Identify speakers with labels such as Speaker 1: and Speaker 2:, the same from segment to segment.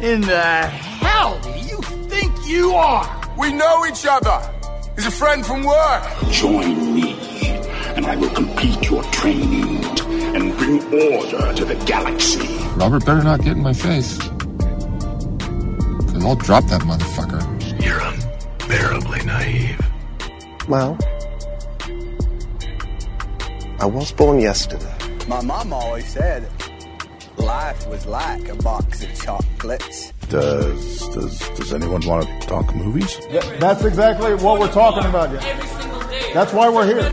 Speaker 1: in the hell do you think you are?
Speaker 2: We know each other. He's a friend from work.
Speaker 3: Join me, and I will complete your training and bring order to the galaxy.
Speaker 4: Robert better not get in my face. Because I'll drop that motherfucker.
Speaker 5: You're unbearably naive.
Speaker 6: Well, I was born yesterday.
Speaker 7: My mom always said life was like a box of chocolates.
Speaker 8: Does does does anyone want to talk movies?
Speaker 9: Yeah, that's exactly what we're talking about. Yeah.
Speaker 10: Every single day.
Speaker 9: That's why we're here.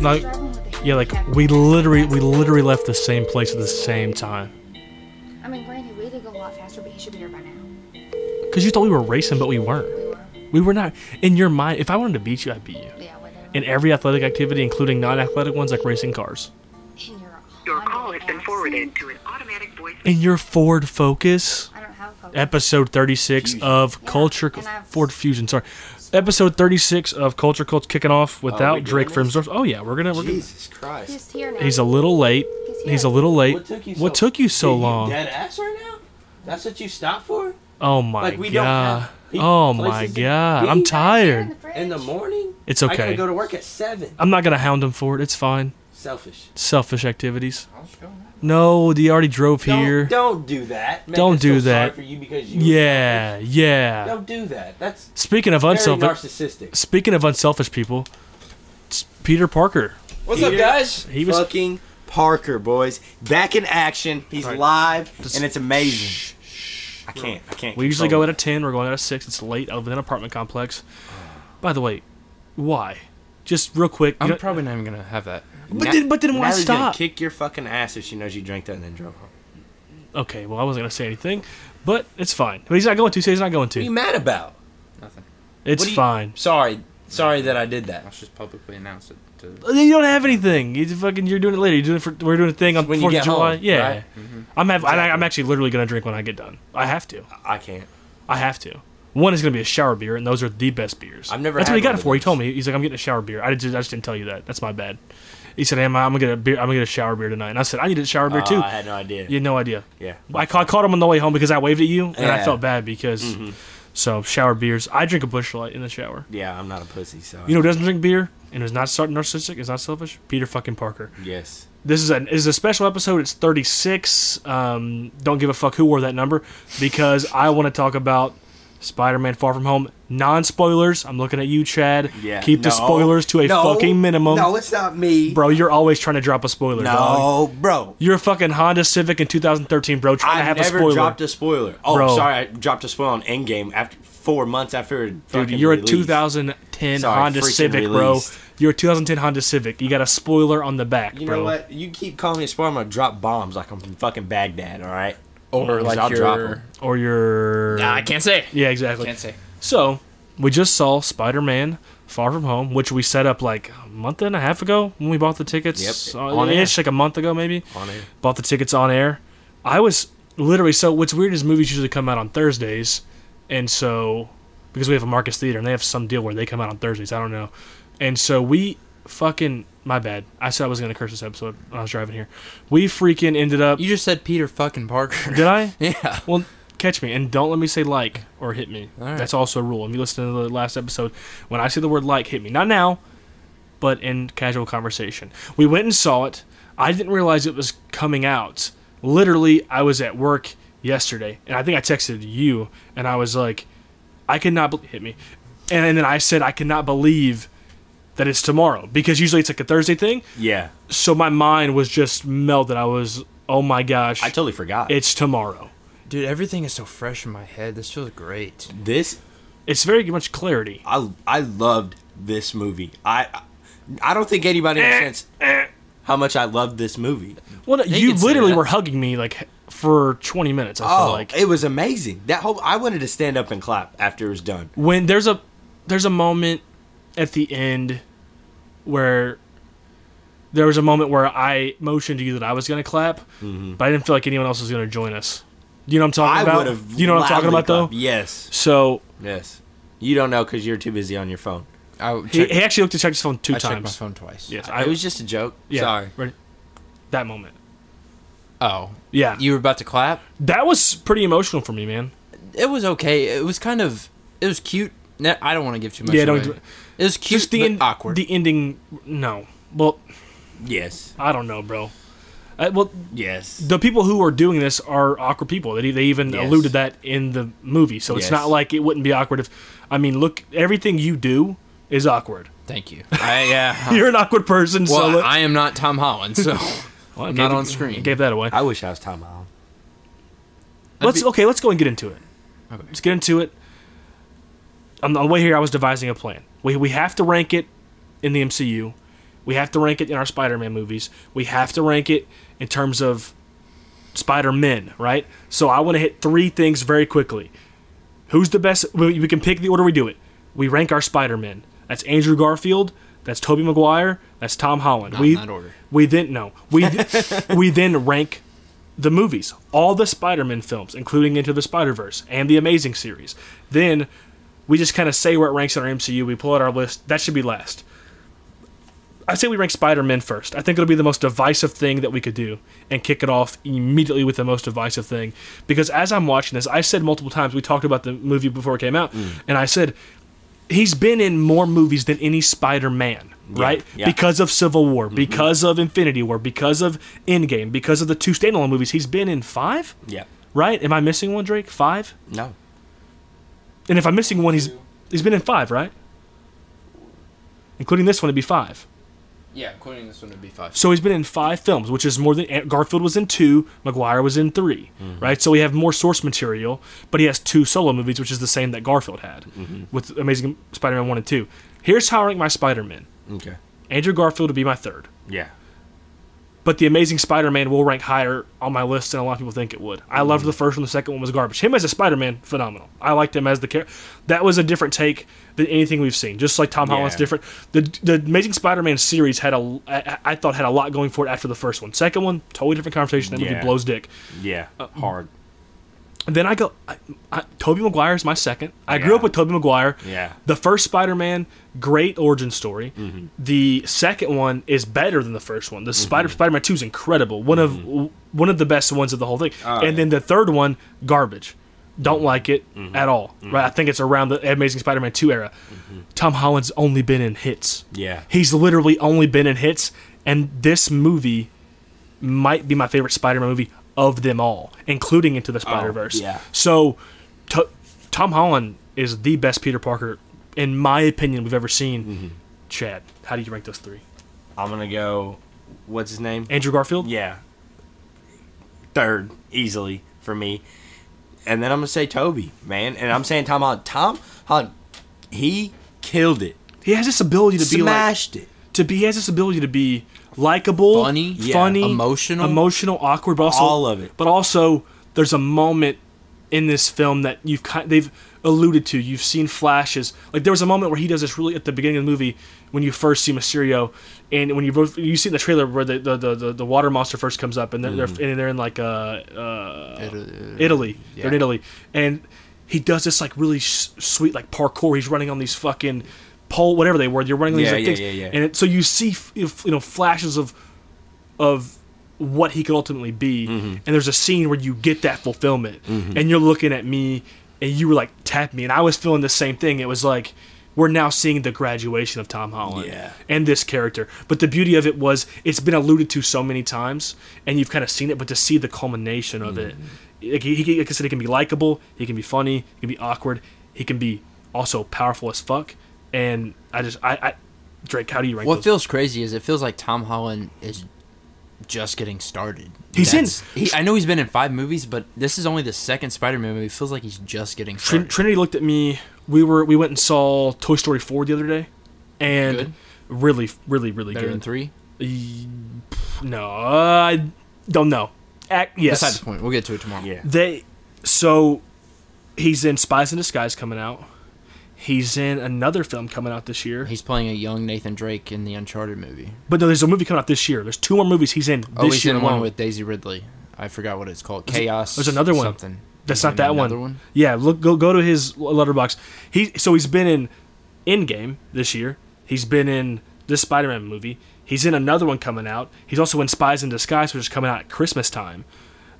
Speaker 11: Like, yeah, like we literally we literally left the same place at the same time.
Speaker 12: I mean, granted, we did go a lot faster, but he should be here by now.
Speaker 11: Cause you thought we were racing, but we weren't.
Speaker 12: We were.
Speaker 11: We were not. In your mind, if I wanted to beat you, I'd beat you.
Speaker 12: Yeah, whatever.
Speaker 11: In every athletic activity, including non-athletic ones like racing cars.
Speaker 12: And you're a
Speaker 13: Your call
Speaker 12: hundred
Speaker 13: has been
Speaker 12: ass.
Speaker 13: forwarded to an automatic voice.
Speaker 11: In your Ford Focus.
Speaker 12: I don't have a phone.
Speaker 11: episode 36 of
Speaker 12: Yeah,
Speaker 11: Culture
Speaker 12: and I've-
Speaker 11: Ford Fusion. Sorry, episode 36 of Culture Cults kicking off without Drake Frimsdorf. Oh yeah, we're gonna. We're gonna
Speaker 10: Jesus Christ.
Speaker 12: He's here now.
Speaker 11: he's a little late.
Speaker 12: He's
Speaker 11: He's,
Speaker 12: here.
Speaker 11: a little late.
Speaker 10: What took you so,
Speaker 11: What took you so
Speaker 10: Dude,
Speaker 11: long?
Speaker 10: dead ass right now? That's what you stopped for?
Speaker 11: oh my
Speaker 10: Like, we don't
Speaker 11: god.
Speaker 10: have- he-
Speaker 11: oh my
Speaker 10: places to
Speaker 11: god.
Speaker 10: be?
Speaker 11: I'm
Speaker 12: Here in
Speaker 11: tired.
Speaker 12: the fridge.
Speaker 10: In the morning?
Speaker 11: It's
Speaker 10: I gotta
Speaker 11: okay.
Speaker 10: go to work at 7.
Speaker 11: I'm not gonna hound him for it. It's fine.
Speaker 10: Selfish.
Speaker 11: Selfish activities. No, he already drove here.
Speaker 10: Don't, don't do that. Make
Speaker 11: Don't
Speaker 10: us
Speaker 11: do
Speaker 10: feel sorry
Speaker 11: that.
Speaker 10: for you because you were
Speaker 11: Yeah,
Speaker 10: selfish.
Speaker 11: yeah.
Speaker 10: Don't do that. That's
Speaker 11: Speaking of
Speaker 10: very
Speaker 11: unselfish,
Speaker 10: narcissistic.
Speaker 11: speaking of unselfish people, it's Peter Parker.
Speaker 10: What's up, guys?
Speaker 11: He was
Speaker 14: fucking Parker, boys. Back in action. He's live,
Speaker 11: Just-
Speaker 14: and it's amazing. I can't. I can't.
Speaker 11: We
Speaker 15: Oh.
Speaker 11: usually go
Speaker 14: control
Speaker 11: at a 10. We're going at a 6. It's late. I live in an apartment complex. By the way, why? Just real quick. you
Speaker 15: I'm
Speaker 11: don't-
Speaker 15: probably not even gonna have that.
Speaker 11: but,
Speaker 14: Na-
Speaker 11: then, but then why
Speaker 14: Natalie's gonna
Speaker 11: stop?
Speaker 14: Kick your fucking ass if she knows you drank that and then drove home.
Speaker 11: Okay, well, I wasn't going to say anything, but it's fine. But he's not going to, so he's not going
Speaker 10: What are you
Speaker 11: to.
Speaker 10: mad about?
Speaker 11: It's
Speaker 10: What are you-
Speaker 11: fine.
Speaker 10: Sorry. Sorry that I did that.
Speaker 15: Let's just publicly announce it. To,
Speaker 11: You don't have anything. You fucking, you're doing it later. You're doing it for, we're doing a thing on
Speaker 10: When you
Speaker 11: 4th of
Speaker 10: get home,
Speaker 11: July. yeah.
Speaker 10: right?
Speaker 11: I'm, have, I, I'm actually literally going to drink when I get done. I have to.
Speaker 14: I can't.
Speaker 11: I have to. One is going to be a shower beer, and those are the best beers.
Speaker 10: I've never
Speaker 11: That's
Speaker 10: had
Speaker 11: what he got
Speaker 10: one
Speaker 11: it
Speaker 10: of
Speaker 11: for. He
Speaker 10: those.
Speaker 11: told me he's like, I'm getting a shower beer. I just, I just didn't tell you that. That's my bad. He said, hey, I'm, I'm gonna get a beer. I'm gonna get a shower beer tonight. And I said, I need a shower beer
Speaker 14: Uh,
Speaker 11: too.
Speaker 14: I had no idea.
Speaker 11: You had no idea.
Speaker 14: Yeah.
Speaker 11: I, ca- I caught him on the way home because I waved at you, and I
Speaker 14: Yeah. Mm-hmm.
Speaker 11: felt bad because. So shower beers. I drink a bush light in the shower.
Speaker 14: Yeah, I'm not a pussy, so.
Speaker 11: You know who doesn't drink beer and is not sar- narcissistic, is not selfish? Peter fucking Parker.
Speaker 14: Yes.
Speaker 11: This is a this is a special episode. It's 36. Um, don't give a fuck who wore that number because I want to talk about Spider-Man: Far From Home. Non spoilers. I'm looking at you, Chad.
Speaker 14: Yeah.
Speaker 11: Keep the
Speaker 14: No.
Speaker 11: spoilers to a
Speaker 14: No.
Speaker 11: fucking minimum,
Speaker 14: No, it's not me.
Speaker 11: bro. You're always trying to drop a spoiler. dog.
Speaker 14: No, bro.
Speaker 11: You're a fucking Honda Civic in 2013, bro. Trying
Speaker 14: I
Speaker 11: to have
Speaker 14: never
Speaker 11: a spoiler.
Speaker 14: dropped a spoiler. Oh,
Speaker 11: Bro.
Speaker 14: sorry, I dropped a spoiler on Endgame after four months after. it
Speaker 11: Dude,
Speaker 14: fucking
Speaker 11: you're a
Speaker 14: released.
Speaker 11: 2010
Speaker 14: Sorry,
Speaker 11: Honda
Speaker 14: freaking
Speaker 11: Civic, bro.
Speaker 14: released.
Speaker 11: You're a 2010 Honda Civic. You got a spoiler on the back,
Speaker 14: You
Speaker 11: bro.
Speaker 14: know what? You keep calling me a spoiler. I'm gonna drop bombs like I'm from fucking Baghdad. All right.
Speaker 15: or
Speaker 14: Because
Speaker 15: like
Speaker 14: I'll
Speaker 15: your.
Speaker 14: drop 'em.
Speaker 11: Or your
Speaker 15: Nah, I can't say.
Speaker 11: Yeah, exactly.
Speaker 15: Can't say.
Speaker 11: So we just saw Spider Man Far From Home, which we set up like a month and a half ago when we bought the tickets.
Speaker 14: Yep,
Speaker 11: Uh,
Speaker 14: on air.
Speaker 11: ish, like a month ago maybe.
Speaker 14: On air.
Speaker 11: Bought the tickets on air. I was literally so what's weird is movies usually come out on Thursdays and so because we have a Marcus Theater and they have some deal where they come out on Thursdays, I don't know. And so we fucking my bad. I said I was gonna curse this episode when I was driving here. We freaking ended up
Speaker 15: You just said Peter fucking Parker.
Speaker 11: did I?
Speaker 15: yeah.
Speaker 11: Well, catch me and don't let me say like or hit me.
Speaker 15: All right.
Speaker 11: That's also a rule. If you listen to the last episode, when I say the word like, hit me. Not now, but in casual conversation. We went and saw it. I didn't realize it was coming out. Literally, I was at work yesterday, and I think I texted you, and I was like, I cannot be- hit me, and, then I said I cannot believe that it's tomorrow because usually it's like a Thursday thing.
Speaker 14: Yeah.
Speaker 11: So my mind was just melted. I was, oh my gosh,
Speaker 14: I totally forgot.
Speaker 11: it's tomorrow.
Speaker 15: Dude, everything is so fresh in my head. This feels great.
Speaker 14: this
Speaker 11: It's very much clarity.
Speaker 14: I I loved this movie. I I don't think anybody understands how much I loved this movie.
Speaker 11: Well, no, you
Speaker 15: can say
Speaker 11: literally
Speaker 15: that.
Speaker 11: were hugging me like for 20 minutes. I feel
Speaker 14: Oh,
Speaker 11: like
Speaker 14: it was amazing. That whole I wanted to stand up and clap after it was done.
Speaker 11: when there's a there's a moment at the end where there was a moment where I motioned to you that I was going to clap, but I didn't feel like anyone else was going to join us. You know what I'm talking
Speaker 14: Mm-hmm. I would
Speaker 11: about?
Speaker 14: have.
Speaker 11: You know what I'm talking about though?
Speaker 14: Yes,
Speaker 11: So
Speaker 14: yes. You don't know because you're too busy on your phone.
Speaker 15: I w-
Speaker 11: he,
Speaker 15: checked,
Speaker 11: he actually looked to check his phone two
Speaker 15: I checked my
Speaker 11: times.
Speaker 15: phone twice.
Speaker 11: Yes,
Speaker 14: it was just a joke.
Speaker 11: yeah,
Speaker 14: Sorry.
Speaker 11: right- that moment.
Speaker 15: Oh.
Speaker 11: Yeah.
Speaker 15: You were about to clap?
Speaker 11: That was pretty emotional for me, man.
Speaker 15: It was okay. It was kind of it was cute. No, I don't want to give too much
Speaker 11: Yeah,
Speaker 15: away.
Speaker 11: don't do-
Speaker 15: it was cute
Speaker 11: Just the
Speaker 15: but
Speaker 11: end-
Speaker 15: awkward.
Speaker 11: The ending, no. Well,
Speaker 14: yes.
Speaker 11: I don't know, bro. Uh, well,
Speaker 14: yes.
Speaker 11: The people who are doing this are awkward people. They, they even
Speaker 14: Yes.
Speaker 11: alluded that in the movie, so it's
Speaker 14: Yes.
Speaker 11: not like it wouldn't be awkward if. I mean, look, everything you do is awkward.
Speaker 15: Thank you. I, yeah.
Speaker 11: You're an awkward person, so
Speaker 15: Well,
Speaker 11: let-
Speaker 15: I am not Tom Holland, so
Speaker 11: Well, I
Speaker 15: I'm not
Speaker 11: gave-
Speaker 15: on screen.
Speaker 11: Gave that away.
Speaker 14: I wish I was Tom Holland.
Speaker 11: Let's okay. Let's go and get into it. Let's get into it. On the way here, I was devising a plan. We we have to rank it in the MCU. We have to rank it in our Spider-Man movies. We have to rank it in terms of Spider-Men, right? So I want to hit three things very quickly. Who's the best? We, we can pick the order we do it. We rank our Spider-Men. That's Andrew Garfield. That's Tobey Maguire. That's Tom Holland.
Speaker 15: Not
Speaker 11: we,
Speaker 15: in that order.
Speaker 11: We then no. We we then rank the movies, all the Spider-Man films, including Into the Spider-Verse and the Amazing series. Then we just kind of say where it ranks in our MCU. We pull out our list. That should be last. I say we rank Spider-Man first. I think it'll be the most divisive thing that we could do, and kick it off immediately with the most divisive thing. Because as I'm watching this, I said multiple times we talked about the movie before it came out,
Speaker 14: Mm.
Speaker 11: and I said he's been in more movies than any Spider-Man, right?
Speaker 14: yeah.
Speaker 11: Because of Civil War,
Speaker 15: Mm-hmm.
Speaker 11: because of Infinity War, because of Endgame, because of the two standalone movies. He's been in five,
Speaker 14: Yeah.
Speaker 11: right? Am I missing one, Drake? Five?
Speaker 14: No.
Speaker 11: And if I'm missing one, he's he's been in five, right? Including this one, it'd be five.
Speaker 15: yeah, quoting this one would be five.
Speaker 11: So he's been in five films, which is more than and Garfield was in two, McGuire was in 3
Speaker 15: Mm-hmm.
Speaker 11: right? So we have more source material, but he has two solo movies, which is the same that Garfield had
Speaker 15: Mm-hmm.
Speaker 11: with Amazing Spider-Man one and two. Here's how I rank my Spider-Man:
Speaker 15: Mm-hmm.
Speaker 14: Okay.
Speaker 11: Andrew Garfield would be my third,
Speaker 14: Yeah.
Speaker 11: but the Amazing Spider-Man will rank higher on my list than a lot of people think it would. I loved the first one; the second one was garbage. Him as a Spider-Man, phenomenal. I liked him as the character. That was a different take than anything we've seen. Just like Tom Holland's
Speaker 14: Yeah.
Speaker 11: different. The the Amazing Spider-Man series had a I, I thought had a lot going for it after the first one. Second one, totally different conversation. That
Speaker 14: Yeah.
Speaker 11: movie blows dick.
Speaker 14: Yeah. Hard.
Speaker 11: And then I go, I, I, Toby Maguire is my second. I grew up with Toby Maguire.
Speaker 14: Yeah. Mm-hmm.
Speaker 11: The first Spider-Man, great origin story. The second one is better than the first one. The Spider Spider-Man Two is incredible. One of w- one of the best ones of the whole thing.
Speaker 14: Mm-hmm. Oh,
Speaker 11: and
Speaker 14: yeah. Mm-hmm.
Speaker 11: then the third one, garbage. Don't like it at all. Right? I think it's around the Amazing Spider-Man Two era. Tom Holland's only been in hits.
Speaker 14: Mm-hmm. Yeah.
Speaker 11: He's literally only been in hits, and this movie might be my favorite Spider-Man movie of them all, including Into the Spider-Verse.
Speaker 14: Oh, yeah.
Speaker 11: So, to- Tom Holland is the best Peter Parker, in my opinion, we've ever seen.
Speaker 14: Mm-hmm.
Speaker 11: Chad, how do you rank those three?
Speaker 14: I'm gonna go. What's his name?
Speaker 11: Andrew Garfield.
Speaker 14: Yeah. Third, easily for me. And then I'm gonna say Toby, man. And I'm saying Tom Holland. Tom Holland, he killed it.
Speaker 11: He has this ability to
Speaker 14: Smashed
Speaker 11: be like, it. To be he has this ability to be likable, funny,
Speaker 15: Yeah.
Speaker 11: funny,
Speaker 15: Emotional.
Speaker 11: emotional, awkward, but also
Speaker 14: All of it.
Speaker 11: But also, there's a moment in this film that you've kind they've alluded to. You've seen flashes. Like there was a moment where he does this really at the beginning of the movie when you first see Mysterio, and when you both you see in the trailer where the the, the, the, the water monster first comes up, and they're, they're and they're in like uh, uh Italy. They're in
Speaker 15: Yeah.
Speaker 11: Italy, and he does this like really s sweet like parkour. He's running on these fucking pole, whatever they were. You're running on these
Speaker 14: Yeah,
Speaker 11: like,
Speaker 14: yeah,
Speaker 11: things,
Speaker 14: yeah, yeah.
Speaker 11: and it, so you see f- if, you know flashes of of what he could ultimately be.
Speaker 14: Mm-hmm.
Speaker 11: And there's a scene where you get that fulfillment, and you're looking at me, and you were like tap me, and I was feeling the same thing. It was like we're now seeing the graduation of Tom Holland
Speaker 14: Yeah.
Speaker 11: and this character. But the beauty of it was it's been alluded to so many times, and you've kind of seen it. But to see the culmination of it, like, he, he- like I said, he can be likable, he can be funny, he can be awkward, he can be also powerful as fuck. And I just, I, I Drake, how do you rank?
Speaker 15: What
Speaker 11: those?
Speaker 15: feels crazy is it feels like Tom Holland is just getting started.
Speaker 11: He's in-
Speaker 15: He, I know he's been in five movies, but this is only the second Spider-Man movie. It feels like he's just getting
Speaker 11: Trin-
Speaker 15: started.
Speaker 11: Trinity looked at me. We were we went and saw Toy Story four the other day, and
Speaker 15: Good?
Speaker 11: really, really, really
Speaker 15: Better
Speaker 11: good.
Speaker 15: than three.
Speaker 11: E- No, I don't know. Ac- yes,
Speaker 15: Beside the point. We'll get to it tomorrow. Yeah.
Speaker 11: they so he's in Spies in Disguise coming out. He's in another film coming out this year.
Speaker 15: He's playing a young Nathan Drake in the Uncharted movie.
Speaker 11: But no, there's a movie coming out this year. There's two more movies he's in this
Speaker 15: Oh, he's
Speaker 11: year.
Speaker 15: in one
Speaker 11: alone.
Speaker 15: with Daisy Ridley. I forgot what it's called.
Speaker 11: There's-
Speaker 15: Chaos.
Speaker 11: There's another one.
Speaker 15: Something.
Speaker 11: That's
Speaker 15: He's
Speaker 11: not
Speaker 15: in
Speaker 11: that
Speaker 15: another
Speaker 11: one. Yeah, look, go go to his letterbox. He so he's been in Endgame this year. He's been in this Spider-Man movie. He's in another one coming out. He's also in Spies in Disguise, which is coming out at Christmas time.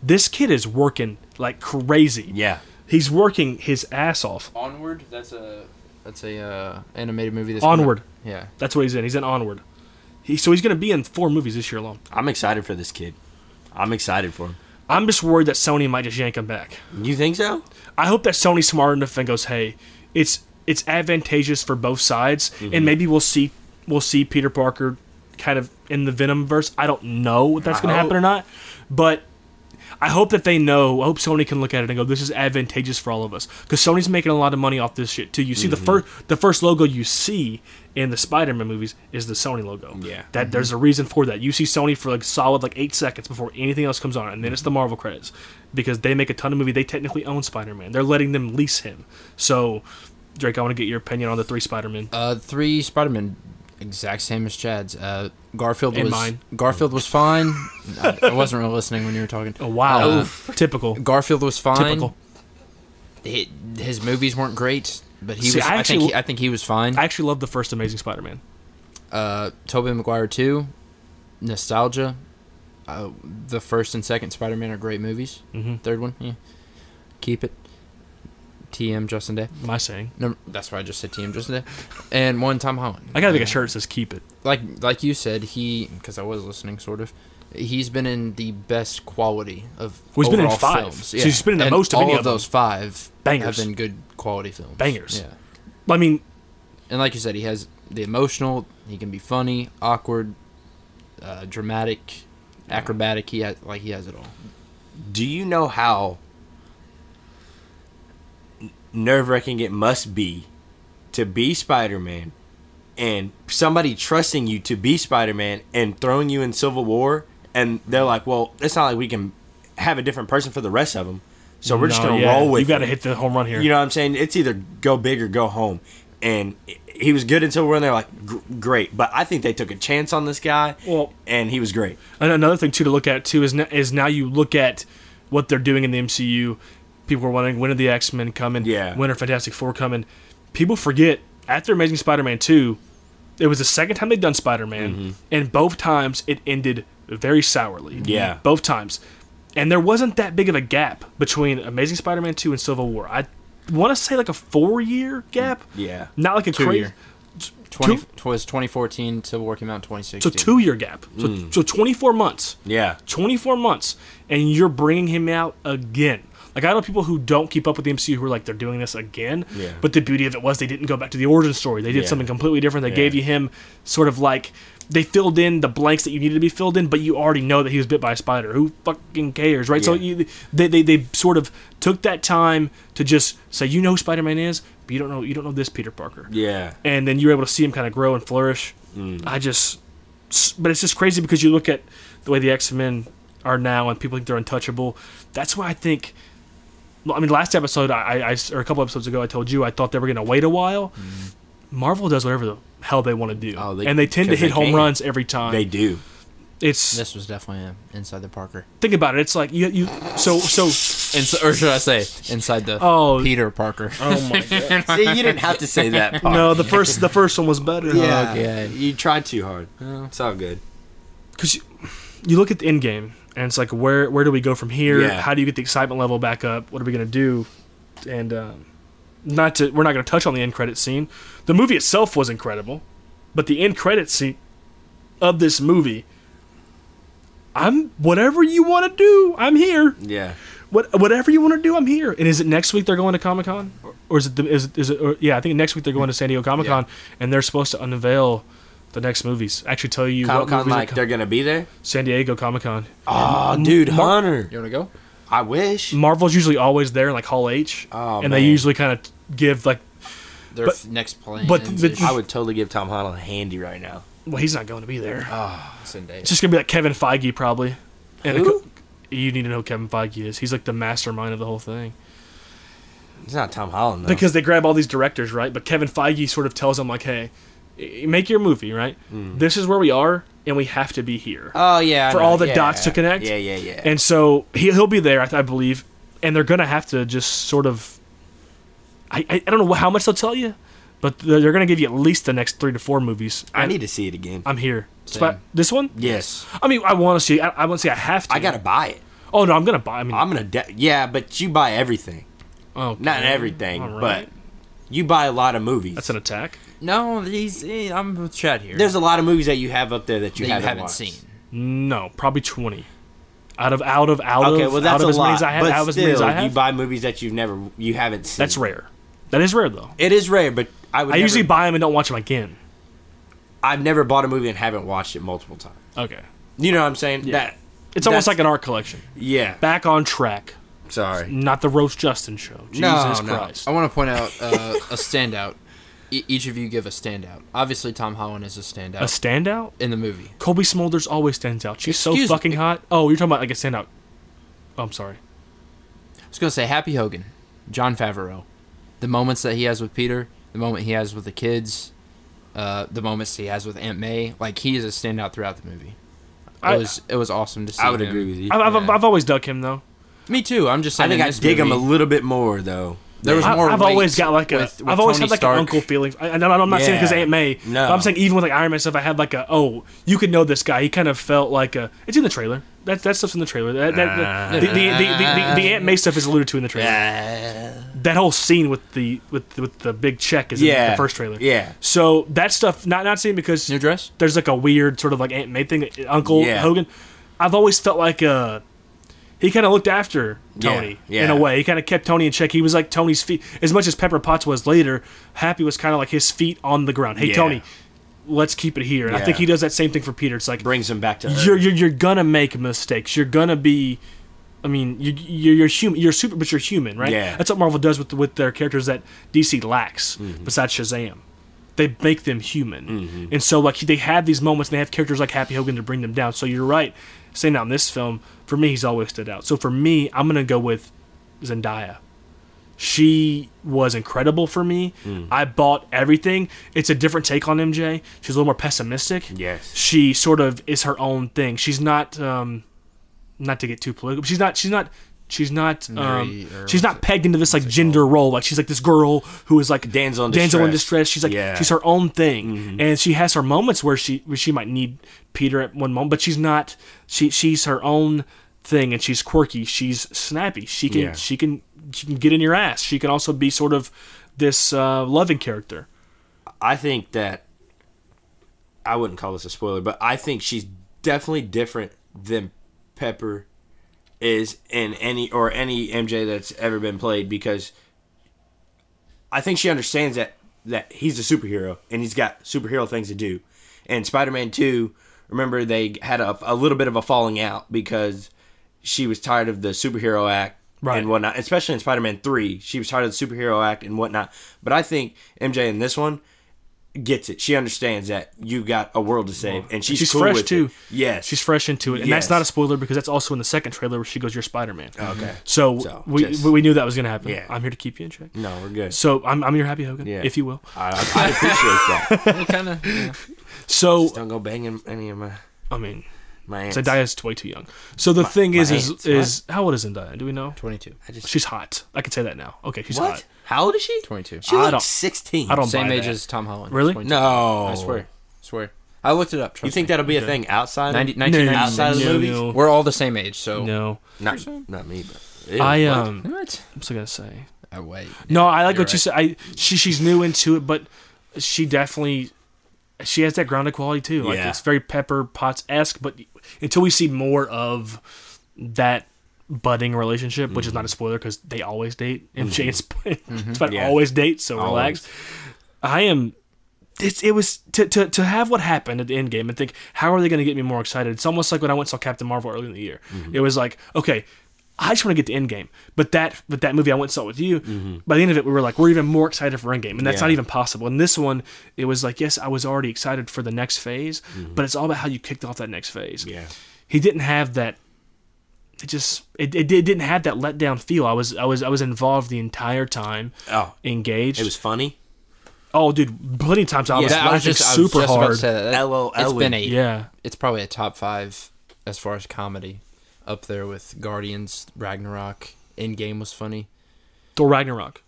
Speaker 11: This kid is working like crazy.
Speaker 15: Yeah.
Speaker 11: He's working his ass off.
Speaker 15: Onward. That's a that's a uh, animated movie. That's
Speaker 11: Onward.
Speaker 15: coming out. Yeah.
Speaker 11: That's what he's in. He's in Onward. He, so he's going to be in four movies this year alone.
Speaker 14: I'm excited for this kid. I'm excited for him.
Speaker 11: I'm just worried that Sony might just yank him back.
Speaker 14: You think so?
Speaker 11: I hope that Sony's smart enough and goes, "Hey, it's it's advantageous for both sides,
Speaker 14: Mm-hmm.
Speaker 11: and maybe we'll see we'll see Peter Parker kind of in the Venom verse. I don't know if that's
Speaker 14: I
Speaker 11: going to happen
Speaker 14: hope-
Speaker 11: or not, but I hope that they know. I hope Sony can look at it and go, "This is advantageous for all of us," because Sony's making a lot of money off this shit too. You see the
Speaker 14: Mhm.
Speaker 11: first the first logo you see in the Spider-Man movies is the Sony logo.
Speaker 14: Yeah.
Speaker 11: That there's a reason for that. You see Sony for like solid like eight seconds before anything else comes on, and then it's the Marvel credits because they make a ton of movie. They technically own Spider-Man. They're letting them lease him. So, Drake, I want to get your opinion on the three Spider-Man.
Speaker 15: Uh, three Spider-Man, exact same as Chad's. Uh, Garfield
Speaker 11: And
Speaker 15: was
Speaker 11: mine.
Speaker 15: Garfield was fine. I, I wasn't really listening when you were talking. Oh
Speaker 11: wow. Oof. typical.
Speaker 15: Garfield was fine.
Speaker 11: Typical.
Speaker 15: Hi- his movies weren't great, but he
Speaker 11: See,
Speaker 15: was.
Speaker 11: I
Speaker 15: I,
Speaker 11: actually-
Speaker 15: think he, I think he was fine.
Speaker 11: I actually love the first Amazing Spider-Man.
Speaker 15: Uh, Tobey Maguire two, nostalgia. Uh, the first and second Spider-Man are great movies.
Speaker 11: Mhm.
Speaker 15: Third one, yeah, keep it. TM Justin Day.
Speaker 11: My saying.
Speaker 15: Number, that's why I just said TM Justin Day. And one Tom Holland.
Speaker 11: I gotta make a
Speaker 15: Uh,
Speaker 11: shirt that says "Keep it."
Speaker 15: like like you said, he because I was listening, sort of. He's been in the best quality of.
Speaker 11: Well, he's been in
Speaker 15: overall
Speaker 11: five.
Speaker 15: Films.
Speaker 11: So he's been in the
Speaker 15: And
Speaker 11: most of
Speaker 15: all
Speaker 11: any of them.
Speaker 15: those five.
Speaker 11: Bangers.
Speaker 15: have been good quality films.
Speaker 11: Bangers.
Speaker 15: Yeah,
Speaker 11: I mean,
Speaker 15: and like you said, he has the emotional. He can be funny, awkward, uh, dramatic, acrobatic. He has like he has it all.
Speaker 14: Do you know how nerve wracking it must be to be Spider Man and somebody trusting you to be Spider Man and throwing you in Civil War? And they're like, well, it's not like we can have a different person for the rest of them. So we're just
Speaker 11: No,
Speaker 14: going to
Speaker 11: yeah.
Speaker 14: roll with
Speaker 11: You got to
Speaker 14: it."
Speaker 11: hit the home run here.
Speaker 14: You know what I'm saying? It's either go big or go home. And he was good until we're in there, like, "Gr- great. But I think they took a chance on this guy.
Speaker 11: Well,
Speaker 14: and he was great.
Speaker 11: And another thing too to look at too is n- is now you look at what they're doing in the MCU. People are wondering when are the X Men coming? Yeah. When are Fantastic Four coming? People forget after Amazing Spider Man two, it was the second time they'd done Spider Man,
Speaker 14: Mm-hmm.
Speaker 11: and both times it ended very sourly.
Speaker 14: Yeah.
Speaker 11: Both times, and there wasn't that big of a gap between Amazing Spider Man two and Civil War. I want to say like a four year gap.
Speaker 14: Yeah.
Speaker 11: Not like a
Speaker 15: Two
Speaker 11: crazy.
Speaker 15: year. Twenty was 2014 to Rocky Mountain 2016.
Speaker 11: So two year gap. So,
Speaker 15: Mm.
Speaker 11: so 24 months.
Speaker 14: Yeah.
Speaker 11: 24 months. And you're bringing him out again. Like, I know people who don't keep up with the MCU who are like, they're doing this again.
Speaker 14: Yeah.
Speaker 11: But the beauty of it was they didn't go back to the origin story. They did
Speaker 14: Yeah.
Speaker 11: something completely different. They gave
Speaker 14: Yeah.
Speaker 11: you him sort of like, they filled in the blanks that you needed to be filled in, but you already know that he was bit by a spider. Who fucking cares, right? So
Speaker 14: Yeah.
Speaker 11: you, they, they, they sort of took that time to just say, you know who Spider Man is, but you don't know, you don't know this Peter Parker
Speaker 14: Yeah.
Speaker 11: and then you're able to see him kind of grow and flourish. I just, s- but it's just crazy because you look at the way the X Men are now, and people think they're untouchable. That's why I think. well, I mean, last episode, I, I- I s- or a couple episodes ago, I told you I thought they were going to wait a while. Marvel does whatever the hell they want to do, and they tend to
Speaker 15: 'cause they
Speaker 11: hit home
Speaker 15: can.
Speaker 11: runs every time.
Speaker 14: They do.
Speaker 11: It's
Speaker 15: this was definitely a inside the Parker.
Speaker 11: Think about it. It's like you, you. So, so,
Speaker 15: or should I say inside the
Speaker 11: Oh.
Speaker 15: Peter Parker?
Speaker 11: Oh my God.
Speaker 14: See, you didn't have to say that part.
Speaker 11: No, the first, the first one was better.
Speaker 14: Yeah, you tried too hard. It's all good.
Speaker 11: because you, you look at the end game and it's like where where do we go from here
Speaker 14: Yeah.
Speaker 11: how do you get the excitement level back up what are we going to do and um, not to we're not going to touch on the end credit scene the movie itself was incredible but the end credit scene of this movie i'm whatever you want to do i'm here
Speaker 14: Yeah.
Speaker 11: what, whatever you want to do, I'm here. And is it next week they're going to Comic Con, or is it the, is it, is it or, yeah? I think next week they're going to San Diego Comic Con, and they're supposed to unveil the next movies. Actually, tell you what
Speaker 14: Comic-Con,
Speaker 11: movies Ah, are
Speaker 14: like, they're gonna be there.
Speaker 11: San Diego Comic Con.
Speaker 14: Oh, dude,
Speaker 11: Mar-
Speaker 14: Hunter.
Speaker 15: You want to go?
Speaker 14: I wish.
Speaker 11: Marvel's usually always there, like Hall H,
Speaker 14: Oh,
Speaker 11: and they
Speaker 14: man.
Speaker 11: usually kind of give like
Speaker 15: Their
Speaker 11: but-
Speaker 15: f- next plan.
Speaker 11: But the,
Speaker 14: I would totally give Tom Holland a handy right now.
Speaker 11: well, he's not going to be there.
Speaker 14: Oh,
Speaker 11: It's just gonna be like Kevin Feige probably. And a
Speaker 14: Who?
Speaker 11: co- you need to know who Kevin Feige is. He's like the mastermind of the whole thing.
Speaker 14: It's not Tom Holland though.
Speaker 11: because they grab all these directors, right? But Kevin Feige sort of tells them like, "Hey, y- make your movie, right?
Speaker 14: Hmm.
Speaker 11: This is where we are, and we have to be here."
Speaker 14: Oh, yeah, I
Speaker 11: for
Speaker 14: know.
Speaker 11: all the
Speaker 14: Yeah.
Speaker 11: dots to connect.
Speaker 14: Yeah, yeah, yeah.
Speaker 11: And so he he'll be there, I, th- I believe, and they're gonna have to just sort of. I I, I don't know how much they'll tell you, But th- they're going to give you at least the next three to four movies.
Speaker 14: I need to see it again.
Speaker 11: I'm here. Spot, this one?
Speaker 14: Yes.
Speaker 11: I mean, I want to see. I, I won't say I have to.
Speaker 14: I gotta buy it.
Speaker 11: Oh no, I'm gonna buy. I mean,
Speaker 14: I'm gonna. De- yeah, but you buy everything.
Speaker 11: Oh,
Speaker 14: not everything, but you buy a lot of movies. That's
Speaker 11: an attack.
Speaker 15: No, these. eh, I'm with Chad here.
Speaker 14: There's a lot of movies that you have up there that you
Speaker 15: That you
Speaker 14: haven't,
Speaker 15: haven't
Speaker 14: watched.
Speaker 15: seen.
Speaker 11: No, probably twenty. Out of out of out
Speaker 14: okay,
Speaker 11: of
Speaker 14: well that's
Speaker 11: out of
Speaker 14: a
Speaker 11: as
Speaker 14: lot.
Speaker 11: many as I have.
Speaker 14: but
Speaker 11: Out of as
Speaker 14: still,
Speaker 11: many as I
Speaker 14: you
Speaker 11: have.
Speaker 14: buy movies that you've never, you haven't seen.
Speaker 11: That's rare. That is rare though.
Speaker 14: It is rare, but I would.
Speaker 11: I usually
Speaker 14: never-
Speaker 11: buy them and don't watch them again.
Speaker 14: I've never bought a movie and haven't watched it multiple times.
Speaker 11: Okay.
Speaker 14: You know what I'm saying? That
Speaker 11: It's almost
Speaker 14: that's-
Speaker 11: like an art collection.
Speaker 14: Yeah.
Speaker 11: Back on track.
Speaker 14: Sorry.
Speaker 11: Not the roast Justin show. Jesus Christ.
Speaker 15: I want to point out uh, a standout. E- each of you give a standout. Obviously, Tom Holland is a standout.
Speaker 11: A standout
Speaker 15: in the movie.
Speaker 11: Colby Smulders always stands out. She's
Speaker 15: Excuse
Speaker 11: so
Speaker 15: me.
Speaker 11: fucking hot. Oh, you're talking about like a standout. Oh, I'm sorry.
Speaker 15: I was gonna say Happy Hogan, John Favreau, the moments that he has with Peter, the moment he has with the kids, uh, the moments he has with Aunt May. Like he is a standout throughout the movie. It
Speaker 11: I-
Speaker 15: was it was awesome to see. him.
Speaker 11: I've, I've, I've always dug him though.
Speaker 15: Me too. I'm just
Speaker 14: I
Speaker 15: saying.
Speaker 14: think
Speaker 15: in
Speaker 14: I
Speaker 15: this
Speaker 14: dig him a
Speaker 15: movie-
Speaker 14: little bit more though.
Speaker 15: There was
Speaker 11: I-
Speaker 15: more
Speaker 11: I've
Speaker 15: weight
Speaker 11: always got like a.
Speaker 15: with- with
Speaker 11: have always
Speaker 15: Tony
Speaker 11: had like
Speaker 15: Stark.
Speaker 11: an uncle feeling. I, I don't- I'm not saying because
Speaker 15: Yeah.
Speaker 11: Aunt May.
Speaker 15: No.
Speaker 11: But I'm saying even with like Iron Man stuff, I had like a. Oh, you could know this guy. He kind of felt like a. It's in the trailer. That that stuff's in the trailer. That, that, that- the, the, the, the, the, the Aunt May stuff is alluded to in the trailer. that whole scene with the with with the big check is in
Speaker 14: Yeah.
Speaker 11: the first trailer.
Speaker 14: Yeah.
Speaker 11: So that stuff not not seen because new
Speaker 15: dress.
Speaker 11: There's like a weird sort of like Aunt May thing. Uncle
Speaker 14: Yeah.
Speaker 11: Hogan. I've always felt like uh he kind of looked after Tony
Speaker 14: Yeah, yeah.
Speaker 11: in a way. He kind of kept Tony in check. He was like Tony's feet. As much as Pepper Potts was later, Happy was kind of like his feet on the ground. Hey
Speaker 14: Yeah.
Speaker 11: Tony, let's keep it here. And I think
Speaker 14: Yeah.
Speaker 11: he does that same thing for Peter. It's like
Speaker 14: brings him back to earth.
Speaker 11: you're, you're you're gonna make mistakes. You're gonna be, I mean, you you're, you're human. You're super, but you're human, right?
Speaker 14: Yeah.
Speaker 11: That's what Marvel does with with their characters that DC lacks.
Speaker 14: Mm-hmm.
Speaker 11: Besides Shazam, they make them human, and so like they have these moments. and They have characters like Happy Hogan to bring them down. So you're right. Saying out in this film, for me, he's always stood out. So for me, I'm gonna go with Zendaya. She was incredible for me.
Speaker 14: Hmm.
Speaker 11: I bought everything. It's a different take on MJ. She's a little more pessimistic.
Speaker 14: Yes.
Speaker 11: She sort of is her own thing. She's not um not to get too political. but She's not she's not she's not um
Speaker 14: Mary, or
Speaker 11: she's not pegged into this like gender role. Like she's like this girl who is like
Speaker 14: Damsel in
Speaker 11: damsel
Speaker 14: distress.
Speaker 11: in distress. She's like
Speaker 14: Yeah. Mm-hmm.
Speaker 11: she's her own thing, and she has her moments where she where she might need Peter at one moment, but she's not. She she's her own thing, and she's quirky. She's snappy. She can
Speaker 14: Yeah.
Speaker 11: she can she can get in your ass. She can also be sort of this uh, loving character.
Speaker 14: I think that I wouldn't call this a spoiler, but I think she's definitely different than Pepper is in any or any MJ that's ever been played because I think she understands that that he's a superhero and he's got superhero things to do. And Spider-Man 2, remember they had a, a little bit of a falling out because she was tired of the superhero act
Speaker 11: Right.
Speaker 14: and whatnot. Especially in Spider-Man 3, she was tired of the superhero act and whatnot. But I think MJ in this one gets it. She understands that you got a world to save, and she's,
Speaker 11: she's
Speaker 14: cool
Speaker 11: fresh
Speaker 14: with
Speaker 11: too.
Speaker 14: It. Yes,
Speaker 11: she's fresh into it, and
Speaker 14: Yes. Oh,
Speaker 11: that's not a spoiler because that's also in the second trailer where she goes, "You're Spider-Man."
Speaker 14: Okay.
Speaker 11: So,
Speaker 14: So,
Speaker 11: we
Speaker 14: just-
Speaker 11: we knew that was gonna happen.
Speaker 14: Yeah.
Speaker 11: I'm here to keep you in check.
Speaker 14: No, we're good.
Speaker 11: So I'm I'm your happy Hogan,
Speaker 14: Yeah.
Speaker 11: if you will.
Speaker 14: I, I appreciate that.
Speaker 15: Well, kinda, yeah.
Speaker 11: So
Speaker 14: Just don't go banging any of my.
Speaker 11: I mean,
Speaker 14: my aunts.
Speaker 11: Zendaya's way too young. So the
Speaker 14: My-
Speaker 11: thing
Speaker 14: my
Speaker 11: is, is,
Speaker 14: aunts,
Speaker 11: is how old is Zendaya? Do we know?
Speaker 15: Twenty two.
Speaker 14: I just
Speaker 11: she's hot. I can say that now. Okay, she's
Speaker 14: What?
Speaker 11: hot.
Speaker 14: How old is she?
Speaker 15: 22.
Speaker 14: She
Speaker 11: I
Speaker 14: looks
Speaker 11: don't-
Speaker 14: sixteen.
Speaker 11: I don't
Speaker 15: Same
Speaker 11: buy
Speaker 15: age
Speaker 11: that.
Speaker 15: as Tom Holland.
Speaker 11: Really?
Speaker 15: 22.
Speaker 14: No,
Speaker 15: I swear. Swear. I looked it up. Trust
Speaker 14: You think
Speaker 15: me.
Speaker 14: that'll be a thing outside? of-
Speaker 15: 90, 1996.
Speaker 14: outside of the
Speaker 11: No,
Speaker 14: movies?
Speaker 11: no.
Speaker 15: We're all the same age, so
Speaker 11: No,
Speaker 14: Not, not me, but Ew,
Speaker 11: I
Speaker 14: what?
Speaker 11: um.
Speaker 15: What?
Speaker 11: I'm still gonna say.
Speaker 15: I Oh, wait.
Speaker 11: No, I like
Speaker 15: you're
Speaker 11: what you said. I she she's new into it, but she definitely she has that grounded quality too. Like
Speaker 14: Yeah.
Speaker 11: it's very Pepper Potts esque, but until we see more of that budding relationship, which
Speaker 14: Mm-hmm.
Speaker 11: is not a spoiler because they always date and Jay and Sp- Spider
Speaker 14: Yeah.
Speaker 11: always date, so
Speaker 14: Always.
Speaker 11: relax. I am. It's, it was to, to to have what happened at the end game and think how are they going to get me more excited? It's almost like when I went and saw Captain Marvel early in the year.
Speaker 14: Mm-hmm.
Speaker 11: It was like okay, I just want to get to end game, but that but that movie I went and saw with you. By the end of it, we were like we're even more excited for end game, and that's
Speaker 14: Mm-hmm. Yeah.
Speaker 11: not even possible. And this one, it was like yes, I was already excited for the next phase, but it's all about how you kicked off that next phase.
Speaker 14: Mm-hmm. Yeah.
Speaker 11: he didn't have that it just it, it, it didn't have that letdown feel. I was I was I was involved the entire time.
Speaker 14: Oh.
Speaker 11: engaged.
Speaker 14: It was funny.
Speaker 11: oh, dude, plenty of times I was
Speaker 15: that-
Speaker 11: laughing super
Speaker 15: just about to
Speaker 11: hard.
Speaker 15: say that. That-
Speaker 14: LOL.
Speaker 15: It's been a
Speaker 11: Yeah.
Speaker 15: It's probably a top five as far as comedy, up there with Guardians, Ragnarok. Endgame was funny.
Speaker 11: Thor Ragnarok.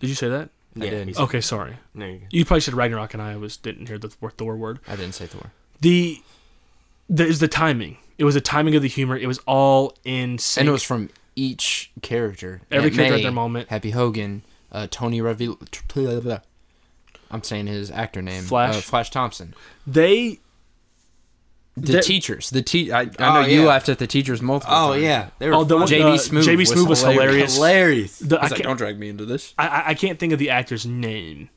Speaker 11: Did you say that?
Speaker 15: I did.
Speaker 11: Okay, sorry.
Speaker 15: No, you're good.
Speaker 11: You probably said Ragnarok, and I was didn't hear the Thor, Thor word.
Speaker 15: I didn't say Thor.
Speaker 11: The the is the timing. It was the timing of the humor. It was all in sync.
Speaker 15: And it was from each character.
Speaker 11: Every
Speaker 15: Aunt
Speaker 11: character at
Speaker 15: May,
Speaker 11: their moment.
Speaker 15: Happy Hogan, uh, Tony Revil. I'm saying his actor name.
Speaker 11: Flash.
Speaker 15: uh, Flash Thompson.
Speaker 11: They.
Speaker 15: The
Speaker 11: They-
Speaker 15: teachers. The te- I, I know
Speaker 11: Oh,
Speaker 15: you
Speaker 11: yeah.
Speaker 15: laughed at the teachers multiple.
Speaker 11: Oh,
Speaker 15: times.
Speaker 11: yeah. They were Oh, the fun. one- uh,
Speaker 15: JB Smooth.
Speaker 11: JB Smoove was hilarious.
Speaker 15: Hilarious.
Speaker 11: The- I
Speaker 15: He's like, "Oh,
Speaker 11: can't-
Speaker 15: don't drag me into this.
Speaker 11: I- I I can't think of the actor's name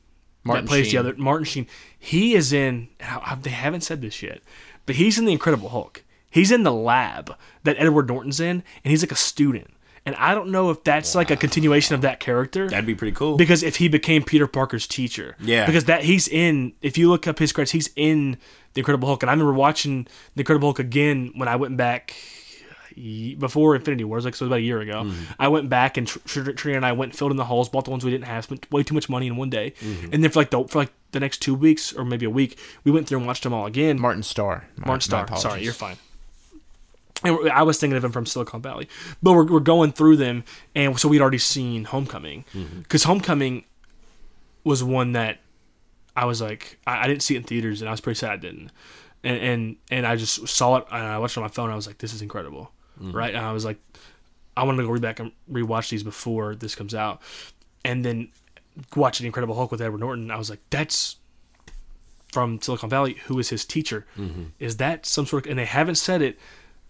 Speaker 15: Martin
Speaker 11: that plays
Speaker 15: Sheen.
Speaker 11: the other Martin Sheen. He is in. I- I- They haven't said this yet, but he's in the Incredible Hulk. He's in the lab that Edward Norton's in, and he's like a student. And I don't know if that's like a continuation of that character. That'd
Speaker 14: be pretty cool.
Speaker 11: Because if he became Peter Parker's teacher,
Speaker 14: Yeah.
Speaker 11: Because that he's in. If you look up his credits, he's in the Incredible Hulk. And I remember watching the Incredible Hulk again when I went back ye- before Infinity Wars, like so about a year ago.
Speaker 14: Mhm.
Speaker 11: I went back and Tr- Tr- Trina and I went and filled in the halls, bought the ones we didn't have, spent way too much money in one day,
Speaker 14: Mhm.
Speaker 11: and then for like the for like the next two weeks or maybe a week, we went through and watched them all again.
Speaker 15: Martin Starr, My- my
Speaker 11: Martin Starr. Sorry,
Speaker 15: apologies.
Speaker 11: you're fine. And we're- I was thinking of him from Silicon Valley, but we're we're going through them, and so we'd already seen Homecoming
Speaker 15: Mm-hmm.
Speaker 11: because Homecoming was one that I was like, I, I didn't see it in theaters, and I was pretty sad I didn't. And and and I just saw it, and I watched it on my phone. And I was like, this is incredible,
Speaker 14: Mhm.
Speaker 15: Mm-hmm.
Speaker 11: right? And I was like, I want to go read back and rewatch these before this comes out, and then watching Incredible Hulk with Edward Norton. I was like, that's from Silicon Valley. Who is his teacher?
Speaker 15: Mm-hmm.
Speaker 14: Mhm.
Speaker 11: Is that some sort of? And they haven't said it.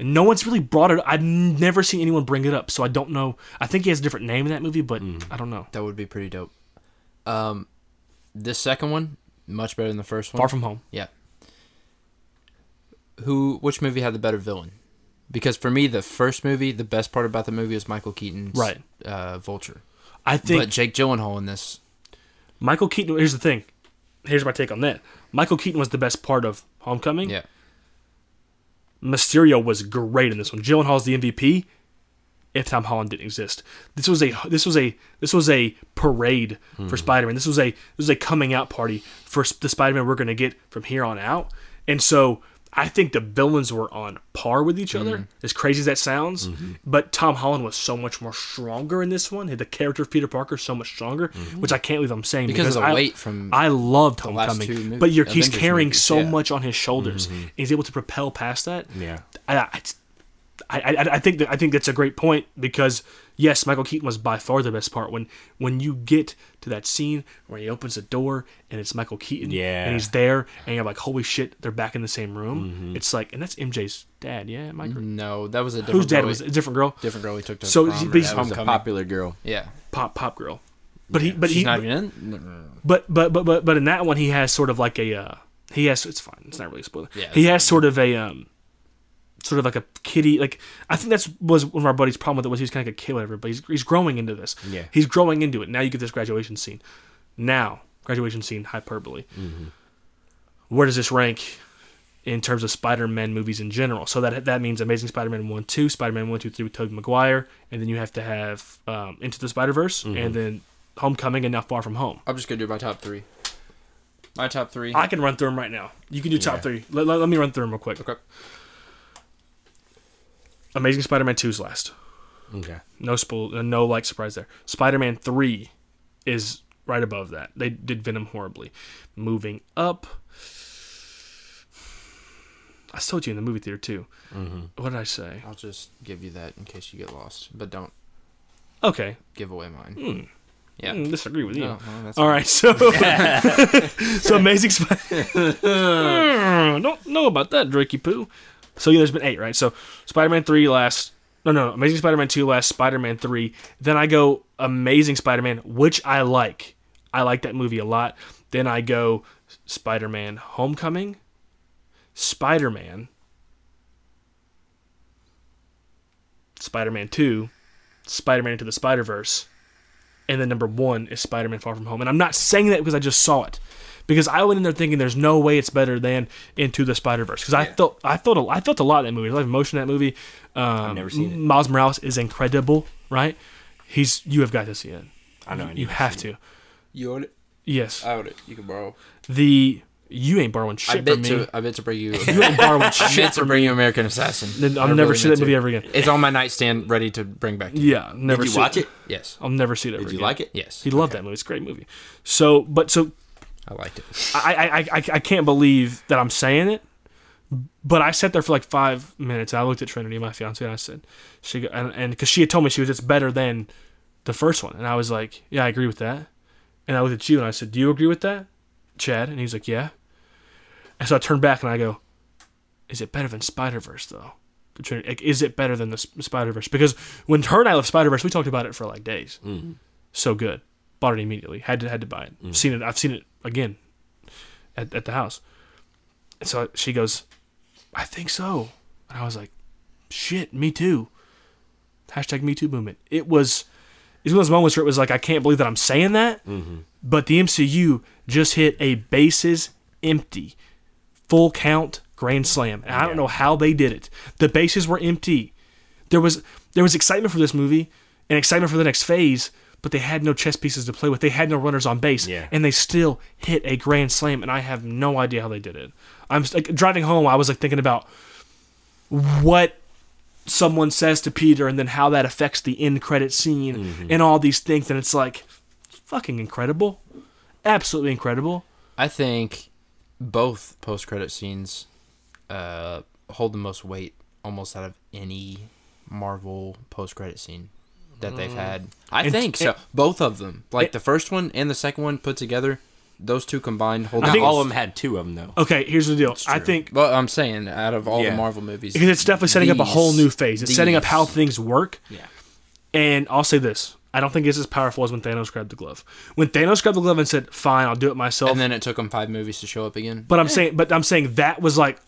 Speaker 11: And no one's really brought it. I've never seen anyone bring it up, so I don't know. I think he has a different name in that movie, but
Speaker 15: Mm.
Speaker 11: I don't know.
Speaker 15: That would be pretty dope. Um, this second one much better than the first one.
Speaker 11: Far From Home.
Speaker 15: Yeah. Who? Which movie had the better villain? Because for me, the first movie, the best part about the movie was Michael Keaton's
Speaker 11: Right.
Speaker 15: uh, Vulture.
Speaker 11: I think-
Speaker 15: but Jake Gyllenhaal in this.
Speaker 11: Michael Keaton. Here's the thing. Here's my take on that. Michael Keaton was the best part of Homecoming.
Speaker 15: Yeah.
Speaker 11: Mysterio was great in this one. Gyllenhaal's the MVP. If Tom Holland didn't exist, this was a this was a this was a parade
Speaker 15: Hmm.
Speaker 11: for
Speaker 14: Mhm.
Speaker 11: Spider Man. This was a this was a coming out party for s- the Spider Man we're going to get from here on out. And so I think the villains were on par with each
Speaker 15: Hmm.
Speaker 11: other. As crazy as that sounds,
Speaker 15: Mm-hmm.
Speaker 14: Mhm.
Speaker 11: but Tom Holland was so much more stronger in this one. The character of Peter Parker is so much stronger, which I can't believe I'm saying
Speaker 15: Mm-hmm. Because of the
Speaker 11: I,
Speaker 15: weight from
Speaker 11: I loved
Speaker 15: the last
Speaker 11: Homecoming,
Speaker 15: two mov-
Speaker 11: but you're, he's
Speaker 15: Avengers
Speaker 11: carrying
Speaker 15: movies,
Speaker 11: so
Speaker 15: yeah.
Speaker 11: much on his shoulders.
Speaker 15: Mhm.
Speaker 11: He's able to propel past that.
Speaker 14: Yeah.
Speaker 11: I, I, I, I- I think that I think that's a great point because yes, Michael Keaton was by far the best part. When when you get to that scene where he opens the door and it's Michael Keaton,
Speaker 14: Yeah.
Speaker 11: and he's there, and you're like, holy shit, they're back in the same room.
Speaker 15: Mhm.
Speaker 11: It's like, and that's MJ's dad, yeah, Michael.
Speaker 15: No, that was a Mm-hmm. different
Speaker 11: Whose dad
Speaker 15: girl
Speaker 11: was
Speaker 15: he-
Speaker 11: a different girl?
Speaker 15: Different girl he took to
Speaker 11: So
Speaker 15: prom
Speaker 11: he-
Speaker 15: or
Speaker 11: but he's
Speaker 15: that was a
Speaker 11: homecoming.
Speaker 15: popular girl. Yeah.
Speaker 11: pop pop girl. But he but
Speaker 15: She's
Speaker 11: he
Speaker 15: not even in.
Speaker 11: But but but but but in that one he has sort of like a uh, he has it's fine it's not really a spoiler.
Speaker 15: Yeah,
Speaker 11: he has sort of a um sort of like a kitty like I think that's was one of our buddies' problem with it was he was kind of like a kid whatever but he's he's growing into this.
Speaker 14: Yeah.
Speaker 11: he's growing into it. Now you get this graduation scene. Now graduation scene hyperbole. Where does this rank? In terms of Spider-Man movies in general, so that that means Amazing Spider-Man one, two, Spider-Man one, two, three with Tobey Maguire, and then you have to have um, Into the Spider-Verse,
Speaker 15: Mhm.
Speaker 11: and then Homecoming, and now Far From Home.
Speaker 15: I'm just gonna do my top three. My top three.
Speaker 11: I can run through them right now. You can do top
Speaker 15: Yeah.
Speaker 11: three. Let, let, let me run through them real quick.
Speaker 15: Okay.
Speaker 11: Amazing Spider-Man 2's last.
Speaker 14: Okay.
Speaker 11: No spoil. uh, No like surprise there. Spider-Man 3 is right above that. They did Venom horribly. Moving up. I told you in the movie theater too.
Speaker 15: Mhm.
Speaker 11: What did I say?
Speaker 15: I'll just give you that in case you get lost, but don't
Speaker 11: Okay.
Speaker 15: give away mine.
Speaker 11: Hmm.
Speaker 15: Yeah.
Speaker 11: Mm, disagree with you.
Speaker 15: No, Oh, well, that's
Speaker 11: All
Speaker 15: fine.
Speaker 11: right, so so Amazing Spider. don't know about that, Drakey poo. So yeah, there's been eight, right? So Spider-Man three last. No, no, Amazing Spider-Man two last. Spider-Man three. Then I go Amazing Spider-Man, which I like. I like that movie a lot. Then I go Spider-Man Homecoming. Spider-Man. Spider-Man two. Spider-Man into the Spider-Verse and then number one is Spider-Man: Far From Home. And I'm not saying that because I just saw it, because I went in there thinking there's no way it's better than Into the Spider-Verse. Because I felt I felt a, I felt a lot in that movie. There's a lot of emotion in that movie. Um, I've
Speaker 14: never seen it.
Speaker 11: Miles Morales is incredible, right? He's you have got to see it.
Speaker 14: I know, I
Speaker 11: You,
Speaker 14: need
Speaker 11: you
Speaker 14: to
Speaker 11: have
Speaker 14: see
Speaker 11: to.
Speaker 15: You own it.
Speaker 11: Yes.
Speaker 15: I own it. You can borrow.
Speaker 11: The You ain't borrowing shit
Speaker 15: Uh, I bet
Speaker 11: from me.
Speaker 15: to I bet to bring you.
Speaker 11: You ain't borrowing
Speaker 15: I
Speaker 11: shit
Speaker 15: bet to
Speaker 11: from
Speaker 15: bring
Speaker 11: me.
Speaker 15: you American Assassin.
Speaker 11: Then
Speaker 15: I
Speaker 11: I'll never
Speaker 15: really
Speaker 11: see that
Speaker 15: meant
Speaker 11: movie
Speaker 15: to.
Speaker 11: ever again.
Speaker 15: It's on my nightstand, ready to bring back. To you.
Speaker 11: Yeah, never. see
Speaker 15: Yes.
Speaker 11: I'll never see it ever.
Speaker 15: Did you
Speaker 11: again.
Speaker 15: like it? Yes.
Speaker 11: He loved that movie. It's a great movie. So, but so
Speaker 15: I liked it.
Speaker 11: I, I, I, I can't believe that I'm saying it, but I sat there for like five minutes. And I looked at Trinity, my fiance, and I said, "She go- and because she had told me she was it's better than the first one," and I was like, "Yeah, I agree with that." And I looked at you and I said, "Do you agree with that, Chad?" And he's like, "Yeah." And so I turned back and I go, "Is it better than Spider Verse though?" To Trinity, like, is it better than the Spider Verse? Because when her and I left Spider Verse, we talked about it for like days.
Speaker 14: Mhm.
Speaker 11: So good, bought it immediately. Had to had to buy it. Seen it. I've seen it again at, at the house. And so she goes, I think so. And I was like, shit, me too. Hashtag me too movement. It was, it's one of those moments where it was like, I can't believe that I'm saying that,
Speaker 14: Mhm.
Speaker 11: but the MCU just hit a bases empty, full count grand slam. And I don't know how they did it. The bases were empty. There was there was excitement for this movie and excitement for the next phase, but they had no chess pieces to play with. They had no runners on base, and they still hit a grand slam. And I have no idea how they did it. I'm like, driving home. I was like thinking about what someone says to Peter and then how that affects the end credit scene
Speaker 15: Mm-hmm.
Speaker 11: and all these things. And it's like, it's fucking incredible. Absolutely incredible.
Speaker 15: I think both post credit scenes uh, hold the most weight almost out of any Marvel post credit scene that they've
Speaker 14: Mm.
Speaker 15: had. I
Speaker 14: And-
Speaker 15: think so.
Speaker 14: and-
Speaker 15: both of them. Like the first one and the second one put together, those two combined hold
Speaker 11: I
Speaker 15: the
Speaker 11: think-
Speaker 15: all of them had two of them though.
Speaker 11: Okay, here's the deal. I think
Speaker 15: But I'm saying out of all
Speaker 11: Yeah.
Speaker 15: the Marvel movies
Speaker 11: because it's definitely setting up a
Speaker 15: these-
Speaker 11: whole new phase. It's setting up
Speaker 15: these-
Speaker 11: how things work.
Speaker 15: Yeah.
Speaker 11: And I'll say this: I don't think it's as powerful as when Thanos grabbed the glove. When Thanos grabbed the glove and said, "Fine, I'll do it myself,"
Speaker 15: and then it took them five movies to show up again.
Speaker 11: but I'm saying, but I'm saying that was like,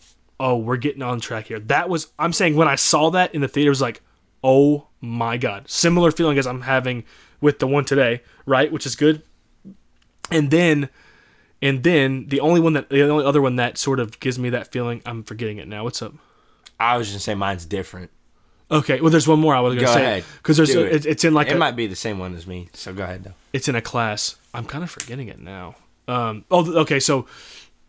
Speaker 11: oh, we're getting on track here. That was I'm saying when I saw that in the theater, it was like, oh my god, similar feeling as I'm having with the one today, right? Which is good. And then, and then the only one that the only other one that sort of gives me that feeling, I'm forgetting it now. What's up?
Speaker 14: I was just saying mine's different.
Speaker 11: Okay, well, there's one more I was
Speaker 14: Go
Speaker 11: gonna say
Speaker 14: ahead.
Speaker 11: because there's
Speaker 14: Do
Speaker 11: a, it- it's in like
Speaker 14: it
Speaker 11: a,
Speaker 14: might be the same one as me. So go ahead though.
Speaker 11: it's in a class. I'm kind of forgetting it now. Um, oh, th- okay. So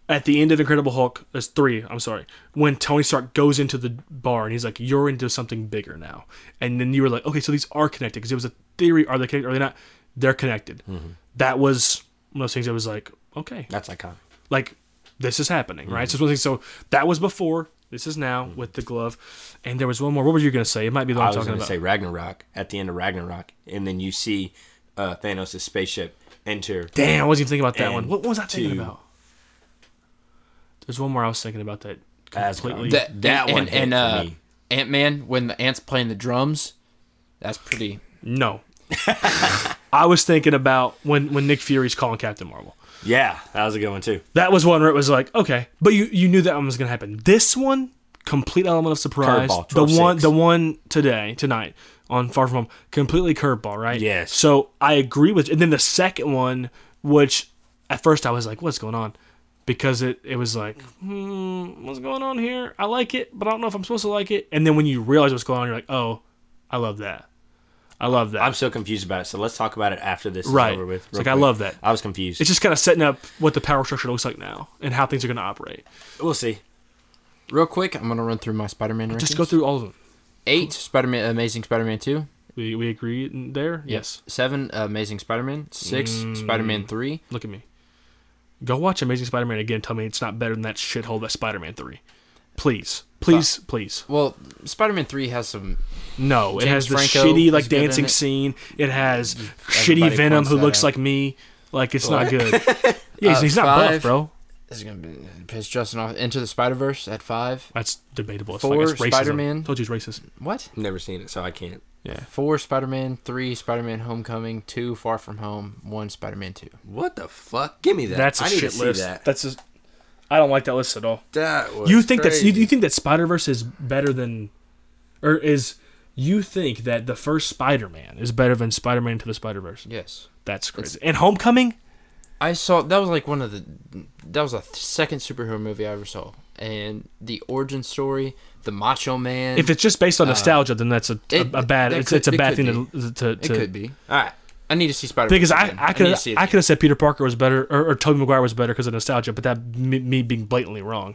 Speaker 11: at the end of Incredible Hulk, there's three. I'm sorry. When Tony Stark goes into the bar and he's like, "You're into something bigger now," and then you were like, "Okay, so these are connected." Because it was a theory. Are they connected? Are they not? They're connected.
Speaker 14: Mhm.
Speaker 11: That was one of those things. that was like, okay,
Speaker 14: that's iconic.
Speaker 11: Like this is happening, right?
Speaker 14: Mm-hmm.
Speaker 11: So it's one thing. So that was before. This is now with the glove. And there was one more. What were you gonna say? It might be the one
Speaker 14: I was
Speaker 11: I'm
Speaker 14: going
Speaker 11: talking
Speaker 14: to
Speaker 11: about.
Speaker 14: say Ragnarok at the end of Ragnarok, and then you see uh, Thanos' spaceship enter.
Speaker 11: Damn, I wasn't even thinking about that
Speaker 14: and
Speaker 11: one. What was I thinking
Speaker 14: to-
Speaker 11: about? There's one more I was thinking about that completely.
Speaker 15: That, that one and, uh, Ant Man when the ants playing the drums, that's pretty.
Speaker 11: No, I was thinking about when when Nick Fury's calling Captain Marvel.
Speaker 14: Yeah, that was a good one too.
Speaker 11: That was one where it was like, okay, but you you knew that one was gonna happen. This one, complete element of surprise.
Speaker 14: Curveball,
Speaker 11: the one
Speaker 14: 12-6.
Speaker 11: the one today tonight on Far From Home, completely curveball, right? Yes. So I agree with, and then the second one, which at first I was like, what's going on? Because it, it was like, hmm, what's going on here? I like it, but I don't know if I'm supposed to like it. And then when you realize what's going on, you're like, oh, I love that. I love that.
Speaker 14: I'm so confused about it. So let's talk about it after this
Speaker 11: Right.
Speaker 14: is over with.
Speaker 11: It's
Speaker 14: real
Speaker 11: like, I love that.
Speaker 14: I was confused.
Speaker 11: It's just kind of setting up what the power structure looks like now and how things are going to operate.
Speaker 14: We'll see.
Speaker 15: Real quick, I'm gonna run through my Spider-Man.
Speaker 11: Just go through all of them.
Speaker 15: Eight Spider-Man, Amazing Spider-Man two.
Speaker 11: We we agree in there. Yes.
Speaker 15: Seven Amazing Spider-Man. Six
Speaker 11: Mm.
Speaker 15: Spider-Man three.
Speaker 11: Look at me. Go watch Amazing Spider-Man again. Tell me it's not better than that shithole that Spider-Man three. Please, please, please.
Speaker 15: Well, Spider-Man three has some.
Speaker 11: No, it
Speaker 15: James
Speaker 11: has the
Speaker 15: Franco
Speaker 11: shitty like
Speaker 15: was good in
Speaker 11: dancing
Speaker 15: it.
Speaker 11: scene. It has shitty
Speaker 15: Everybody
Speaker 11: Venom
Speaker 15: points
Speaker 11: who
Speaker 15: that
Speaker 11: looks
Speaker 15: out.
Speaker 11: like me. Like it's not
Speaker 15: What?
Speaker 11: good. Yeah, he's,
Speaker 15: Uh,
Speaker 11: he's not
Speaker 15: five.
Speaker 11: buff, bro.
Speaker 15: This is gonna be, piss Justin off. Into the Spider Verse at five.
Speaker 11: That's debatable. It's
Speaker 15: Four
Speaker 11: like, it's racism.
Speaker 15: Spider-Man.
Speaker 11: Told you it's racist.
Speaker 15: What?
Speaker 14: Never seen it, so I can't.
Speaker 11: Yeah.
Speaker 15: Four Spider-Man. Three Spider-Man Homecoming. Two Far From Home. One Spider-Man two.
Speaker 14: What the fuck? Give me that.
Speaker 11: That's a
Speaker 14: I need
Speaker 11: shit
Speaker 14: to
Speaker 11: list.
Speaker 14: See that.
Speaker 11: That's a. I don't like that list at all.
Speaker 14: That was
Speaker 11: you think that's you,
Speaker 14: crazy.
Speaker 11: you think that Spider Verse is better than, or is you think that the first Spider Man is better than Spider Man to the Spider Verse?
Speaker 15: Yes.
Speaker 11: that's crazy. and Homecoming.
Speaker 15: I saw that was like one of the that was a th- second superhero movie I ever saw, and the origin story, the Macho Man.
Speaker 11: If it's just based on
Speaker 15: uh,
Speaker 11: nostalgia, then that's a, a,
Speaker 15: it-
Speaker 11: a bad.
Speaker 15: that
Speaker 11: It's,
Speaker 15: could-
Speaker 11: it's a
Speaker 15: it
Speaker 11: bad
Speaker 15: could
Speaker 11: thing to,
Speaker 15: be.
Speaker 11: to, to.
Speaker 15: It could be.
Speaker 14: All right.
Speaker 15: I need to see Spider.
Speaker 11: Because I, I could I, could have said Peter Parker was better or, or Tobey Maguire was better because of nostalgia, but that me, me being blatantly wrong.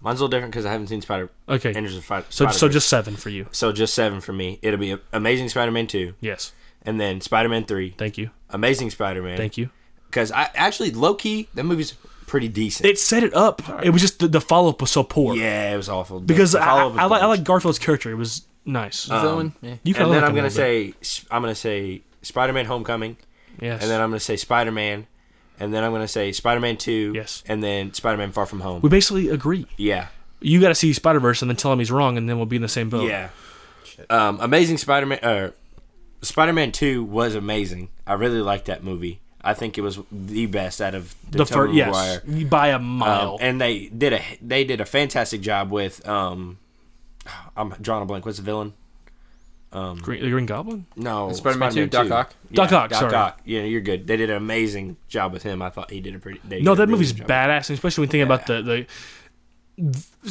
Speaker 14: Mine's a little different because I haven't seen Spider.
Speaker 11: Okay.
Speaker 14: Andrews of Spider.
Speaker 11: So so just seven for you.
Speaker 14: So just seven for me. It'll be Amazing Spider-Man two.
Speaker 11: Yes.
Speaker 14: And then Spider-Man three.
Speaker 11: Thank you.
Speaker 14: Amazing Spider-Man.
Speaker 11: Thank you.
Speaker 14: Because I actually low key that movie's pretty decent.
Speaker 11: It set it up. It was just the, the follow up was so poor.
Speaker 14: Yeah, it was awful. The-
Speaker 11: Because
Speaker 14: the
Speaker 11: I,
Speaker 14: follow-up was
Speaker 11: I, like, I like Garfield's character. It was nice.
Speaker 15: Uh,
Speaker 14: Um,
Speaker 11: You
Speaker 14: and
Speaker 11: kinda
Speaker 14: then I'm
Speaker 11: like him a
Speaker 14: gonna
Speaker 11: little bit.
Speaker 14: say I'm gonna say Spider-Man: Homecoming.
Speaker 11: Yes.
Speaker 14: And then I'm gonna say Spider-Man, and then I'm gonna say Spider-Man Two. Yes. And then Spider-Man: Far From Home.
Speaker 11: we basically agree.
Speaker 14: yeah.
Speaker 11: You got to see Spider Verse and then tell him he's wrong, and then we'll be in the same boat.
Speaker 14: Yeah. Um, Amazing Spider-Man. Uh, Spider-Man Two was amazing. I really liked that movie. I think it was the best out of the,
Speaker 11: The
Speaker 14: Tobey
Speaker 11: first, yes,
Speaker 14: Maguire.
Speaker 11: by a
Speaker 14: Um,
Speaker 11: mile.
Speaker 14: and they did a they did a fantastic job with um, I'm drawing a blank. What's the villain? Um,
Speaker 11: Green, the Green Goblin?
Speaker 14: No,
Speaker 11: Spider-Man 2, Doc Ock?
Speaker 14: Yeah,
Speaker 11: Doc Ock, sorry.
Speaker 14: Yeah, you're good. They did an amazing job with him. I thought he did a pretty. They
Speaker 11: no,
Speaker 14: did a
Speaker 11: that
Speaker 14: really
Speaker 11: movie's
Speaker 14: good job.
Speaker 11: badass, and especially when you think about the, the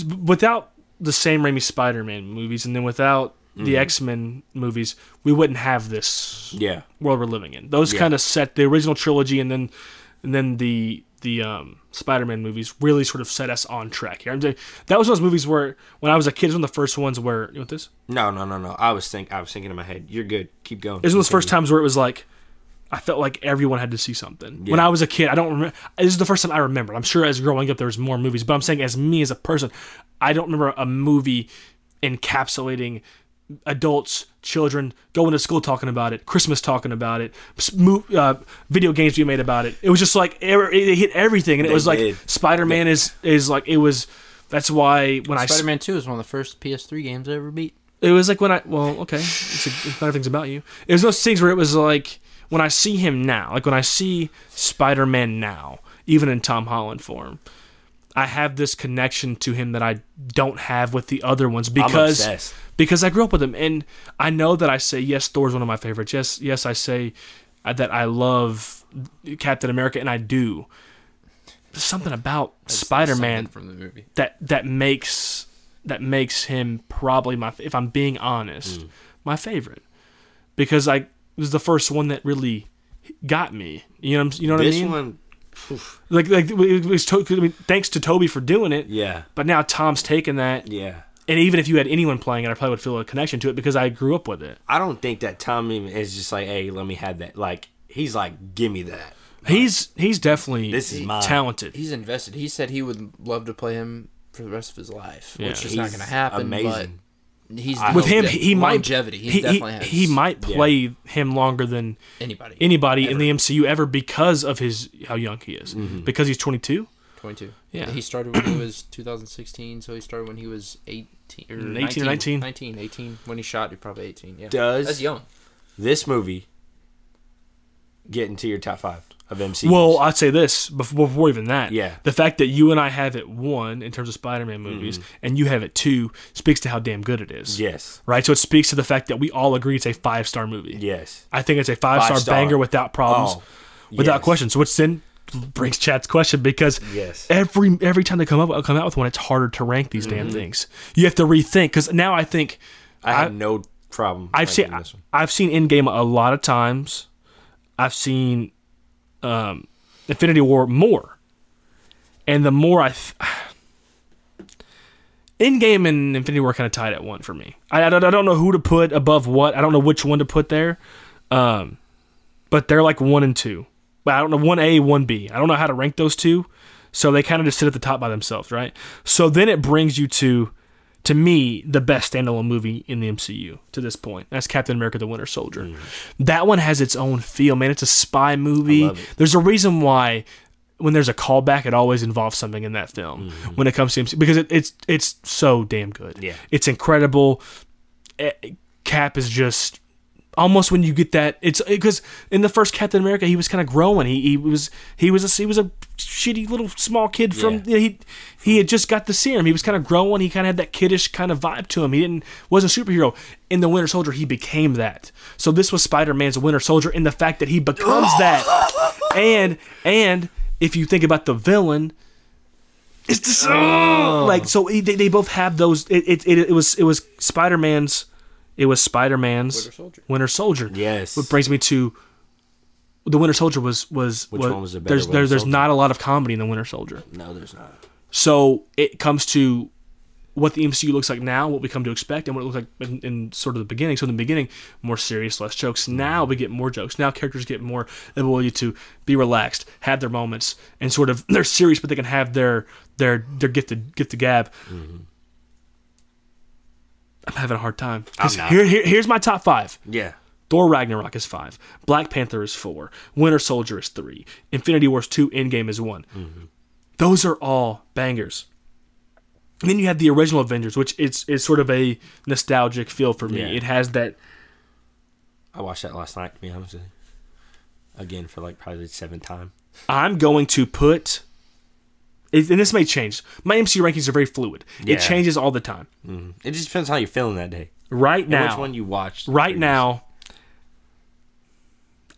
Speaker 11: th- without the Sam Raimi Spider Man movies, and then without the
Speaker 14: Mhm.
Speaker 11: X Men movies, we wouldn't have this
Speaker 14: Yeah.
Speaker 11: world we're living in. Those
Speaker 14: Yeah.
Speaker 11: kind of set the original trilogy, and then and then the the um, Spider Man movies really sort of set us on track here. I'm saying- that was one of those movies where when I was a kid, it was one of the first ones where you want this?
Speaker 14: No, no, no, no. I was think I was thinking in my head. You're good. Keep going.
Speaker 11: It was one of those
Speaker 14: Continue.
Speaker 11: first times where it was like I felt like everyone had to see something. When
Speaker 14: Yeah.
Speaker 11: I was a kid, I don't remember. This is the first time I remember. I'm sure as growing up there was more movies, but I'm saying as me as a person, I don't remember a movie encapsulating adults, children going to school talking about it, Christmas talking about it, s- mo- uh, video games being made about it. It was just like er- it hit everything, and it
Speaker 15: They
Speaker 11: was like
Speaker 15: did.
Speaker 11: Spider Man is is like it was. That's why when I
Speaker 15: Spider-Man Two is one of the first PS3 games I ever beat.
Speaker 11: it was like when I well, okay, it's, a, it's better things about you. It was those things where it was like when I see him now, like when I see Spider Man now, even in Tom Holland form, I have this connection to him that I don't have with the other ones because
Speaker 14: obsessed.
Speaker 11: because I grew up with him, and I know that I say yes, Thor's one of my favorites. Yes, yes, I say uh, that I love Captain America, and I do. There's something about Spider Man
Speaker 15: something from the movie.
Speaker 11: that that makes that makes him probably my if I'm being
Speaker 14: Mm.
Speaker 11: honest, my favorite because I it was the first one that really got me. You know, what I'm- you know what
Speaker 14: This
Speaker 11: I mean?
Speaker 14: one,
Speaker 11: like like it was to, I mean, thanks to Toby for doing it.
Speaker 14: Yeah.
Speaker 11: But now Tom's taking that.
Speaker 14: Yeah.
Speaker 11: And even if you had anyone playing it, I probably would feel a connection to it because I grew up with it.
Speaker 14: I don't think that Tom even is just like, hey, let me have that. Like he's like, give me that.
Speaker 11: He's he's definitely
Speaker 14: This is mine.
Speaker 11: talented.
Speaker 15: He's invested. He said he would love to play him for the rest of his life,
Speaker 11: Yeah.
Speaker 15: which is not
Speaker 11: He's
Speaker 15: going to happen.
Speaker 11: amazing.
Speaker 15: But he's
Speaker 11: with him,
Speaker 15: de-
Speaker 11: he might
Speaker 15: longevity. He,
Speaker 11: He, he-
Speaker 15: definitely has.
Speaker 11: he might play him longer than
Speaker 15: Anybody.
Speaker 11: anybody in the MCU ever because of his how young he is.
Speaker 14: Mm-hmm.
Speaker 11: Because he's twenty two.
Speaker 15: 22.
Speaker 11: Yeah.
Speaker 15: He started when he was 2016, so he started when he was 18 or
Speaker 11: 18 or
Speaker 15: 19,
Speaker 11: 19.
Speaker 15: 19, 18. When he shot, he probably 18. Yeah.
Speaker 14: Does
Speaker 15: That's young.
Speaker 14: This movie get into your top five of MCU?
Speaker 11: Well, I'd say this before, before even that.
Speaker 14: Yeah. Mm-hmm.
Speaker 11: The fact that you and I have it one in terms of Spider Man movies and you have it two speaks to how damn good it is.
Speaker 14: Yes.
Speaker 11: Right? So it speaks to the fact that we all agree it's a five star movie.
Speaker 14: Yes.
Speaker 11: I think it's a five star
Speaker 14: Five-star.
Speaker 11: banger without problems,
Speaker 14: Oh,
Speaker 11: without
Speaker 14: yes.
Speaker 11: question. So which then brings Chad's question because
Speaker 14: Yes.
Speaker 11: every every time they come up come out with one, it's harder to rank these damn
Speaker 14: Mhm.
Speaker 11: things. You have to rethink because now I think
Speaker 14: I have no problem.
Speaker 11: I've
Speaker 14: ranking
Speaker 11: seen I've seen Endgame a lot of times. I've seen um, Infinity War more, and the more I th- Endgame and Infinity War kind of tied at one for me. I, I, don't, I don't know who to put above what. I don't know which one to put there, um, but they're like one and two. But I don't know one A, one B. I don't know how to rank those two, so they kind of just sit at the top by themselves, right? So then it brings you to to me, the best standalone movie in the MCU to this point. That's Captain America: The Winter Soldier. That one has its own feel, man. It's a spy movie. There's a reason why when there's a callback, it always involves something in that film when it comes to MCU because it, it's it's so damn good.
Speaker 14: Yeah.
Speaker 11: it's incredible. Eh, Cap is just almost when you get that it's because in the first Captain America he was kind of growing he, he was he was a, he was a shitty little small kid from he he had just got the serum he was kind of growing he kind of had that kiddish kind of vibe to him he didn't wasn't a superhero in the Winter Soldier he became that so this was Spider Man's Winter Soldier and the fact that he becomes that and and if you think about the villain it's just
Speaker 1: Oh.
Speaker 11: like so he- they, they both have those it, it, it, it was it was Spider Man's it was Spider Man's
Speaker 15: Winter Soldier.
Speaker 11: Winter Soldier. Yes. What brings me to the Winter Soldier was was
Speaker 14: Which
Speaker 11: was,
Speaker 14: one was the better
Speaker 11: there's
Speaker 14: Winter
Speaker 11: there, there's
Speaker 14: Soldier?
Speaker 11: not a lot of comedy in the Winter Soldier.
Speaker 14: No, there's not.
Speaker 11: So it comes to what the MCU looks like now, what we come to expect, and what it looks like in, in sort of the beginning. So in the beginning, more serious, less jokes.
Speaker 14: Mm-hmm.
Speaker 11: Now we get more jokes. Now characters get more ability to be relaxed, have their moments, and sort of they're serious, but they can have their their their get the get the gab.
Speaker 14: Mm-hmm.
Speaker 11: I'm having a hard time. 'Cause
Speaker 14: I'm not.
Speaker 11: Here, here, here's my top five.
Speaker 14: Yeah.
Speaker 11: Thor Ragnarok is five. Black Panther is four. Winter Soldier is three. Infinity Wars two. Endgame is one.
Speaker 14: Mm-hmm.
Speaker 11: Those are all bangers. And then you have the original Avengers, which it's it's sort of a nostalgic feel for me.
Speaker 14: Yeah.
Speaker 11: It has that
Speaker 14: I watched that last night, to be honest with you. Again, for like probably the seventh time.
Speaker 11: I'm going to put, it, and this may change. My MCU rankings are very fluid.
Speaker 14: Yeah.
Speaker 11: It changes all the time.
Speaker 14: Mhm. It just depends how you're feeling that day.
Speaker 11: Right
Speaker 14: And
Speaker 11: now,
Speaker 14: Which one you watched.
Speaker 11: Right now,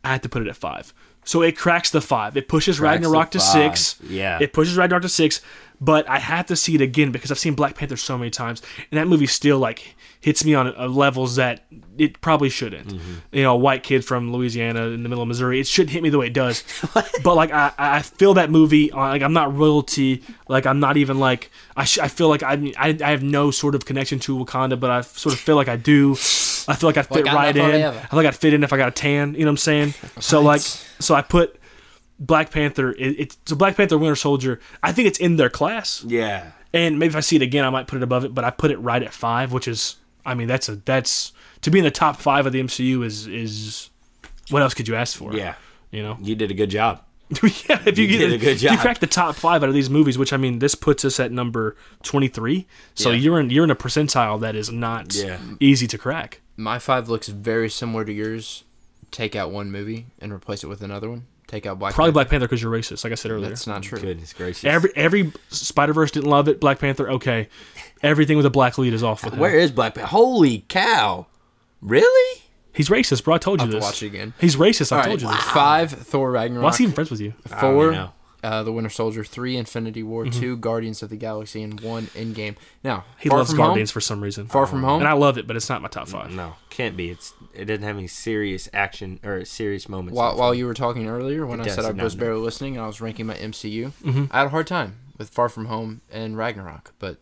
Speaker 11: I have to put it at five. So it cracks the five. It pushes
Speaker 14: Cracks the
Speaker 11: Ragnarok to
Speaker 14: five.
Speaker 11: six.
Speaker 14: Yeah.
Speaker 11: It pushes Ragnarok to six. But I have to see it again because I've seen Black Panther so many times, and that movie still like hits me on uh, levels that it probably shouldn't.
Speaker 15: Mm-hmm.
Speaker 11: You know, a white kid from Louisiana in the middle of Missouri, it shouldn't hit me the way it does. but like I, I feel that movie. On, like I'm not royalty. Like I'm not even like I. Sh- I feel like I, I. I have no sort of connection to Wakanda, but I sort of feel like I do. I feel like I fit
Speaker 15: Wakanda
Speaker 11: right in.
Speaker 15: forever.
Speaker 11: I feel like I'd fit in if I got a tan. You know what I'm saying? So like, so I put Black Panther. It, it's so Black Panther, Winter Soldier. I think it's in their class.
Speaker 14: Yeah.
Speaker 11: And maybe if I see it again, I might put it above it. But I put it right at five, which is, I mean, that's a that's to be in the top five of the MCU is is what else could you ask for?
Speaker 14: Yeah.
Speaker 11: You know?
Speaker 14: You did a good job.
Speaker 11: yeah, if you,
Speaker 14: You
Speaker 11: get
Speaker 14: did a good
Speaker 11: if you
Speaker 14: job.
Speaker 11: crack the top five out of these movies, which I mean, this puts us at number twenty three. So
Speaker 15: Yeah.
Speaker 11: you're in you're in a percentile that is not
Speaker 15: Yeah.
Speaker 11: easy to crack.
Speaker 15: My five looks very similar to yours. Take out one movie and replace it with another one. Take out Black.
Speaker 11: Probably
Speaker 15: Panther.
Speaker 11: Black Panther because you're racist, like I said earlier.
Speaker 15: That's not true. Goodness gracious.
Speaker 11: Every every Spider Verse didn't love it. Black Panther, okay. Everything with a black lead is off with him.
Speaker 14: Where is Black Panther? Holy cow! Really?
Speaker 11: He's racist, bro. I told you
Speaker 15: I'll
Speaker 11: this.
Speaker 15: watch it again.
Speaker 11: He's racist. I
Speaker 15: All
Speaker 11: told
Speaker 15: right,
Speaker 11: you this.
Speaker 15: Five Thor Ragnarok.
Speaker 11: Why is he even friends with you? I
Speaker 14: Ah,
Speaker 11: don't
Speaker 15: Four.
Speaker 11: know.
Speaker 15: Uh, the Winter Soldier, three Infinity War,
Speaker 11: Mhm.
Speaker 15: two Guardians of the Galaxy, and one Endgame. Now
Speaker 11: He
Speaker 15: Far
Speaker 11: loves
Speaker 15: From Home-
Speaker 11: Guardians for some reason.
Speaker 15: Far from home,
Speaker 11: and I love it, but it's not my top five.
Speaker 14: No, can't be. It's it doesn't have any serious action or serious moments.
Speaker 15: While, while you were talking earlier, when
Speaker 14: It
Speaker 15: I said
Speaker 14: does,
Speaker 15: I
Speaker 14: no,
Speaker 15: was
Speaker 14: no.
Speaker 15: barely listening and I was ranking my MCU,
Speaker 11: Mm-hmm.
Speaker 14: Mhm.
Speaker 15: I had a hard time with Far From Home and Ragnarok, but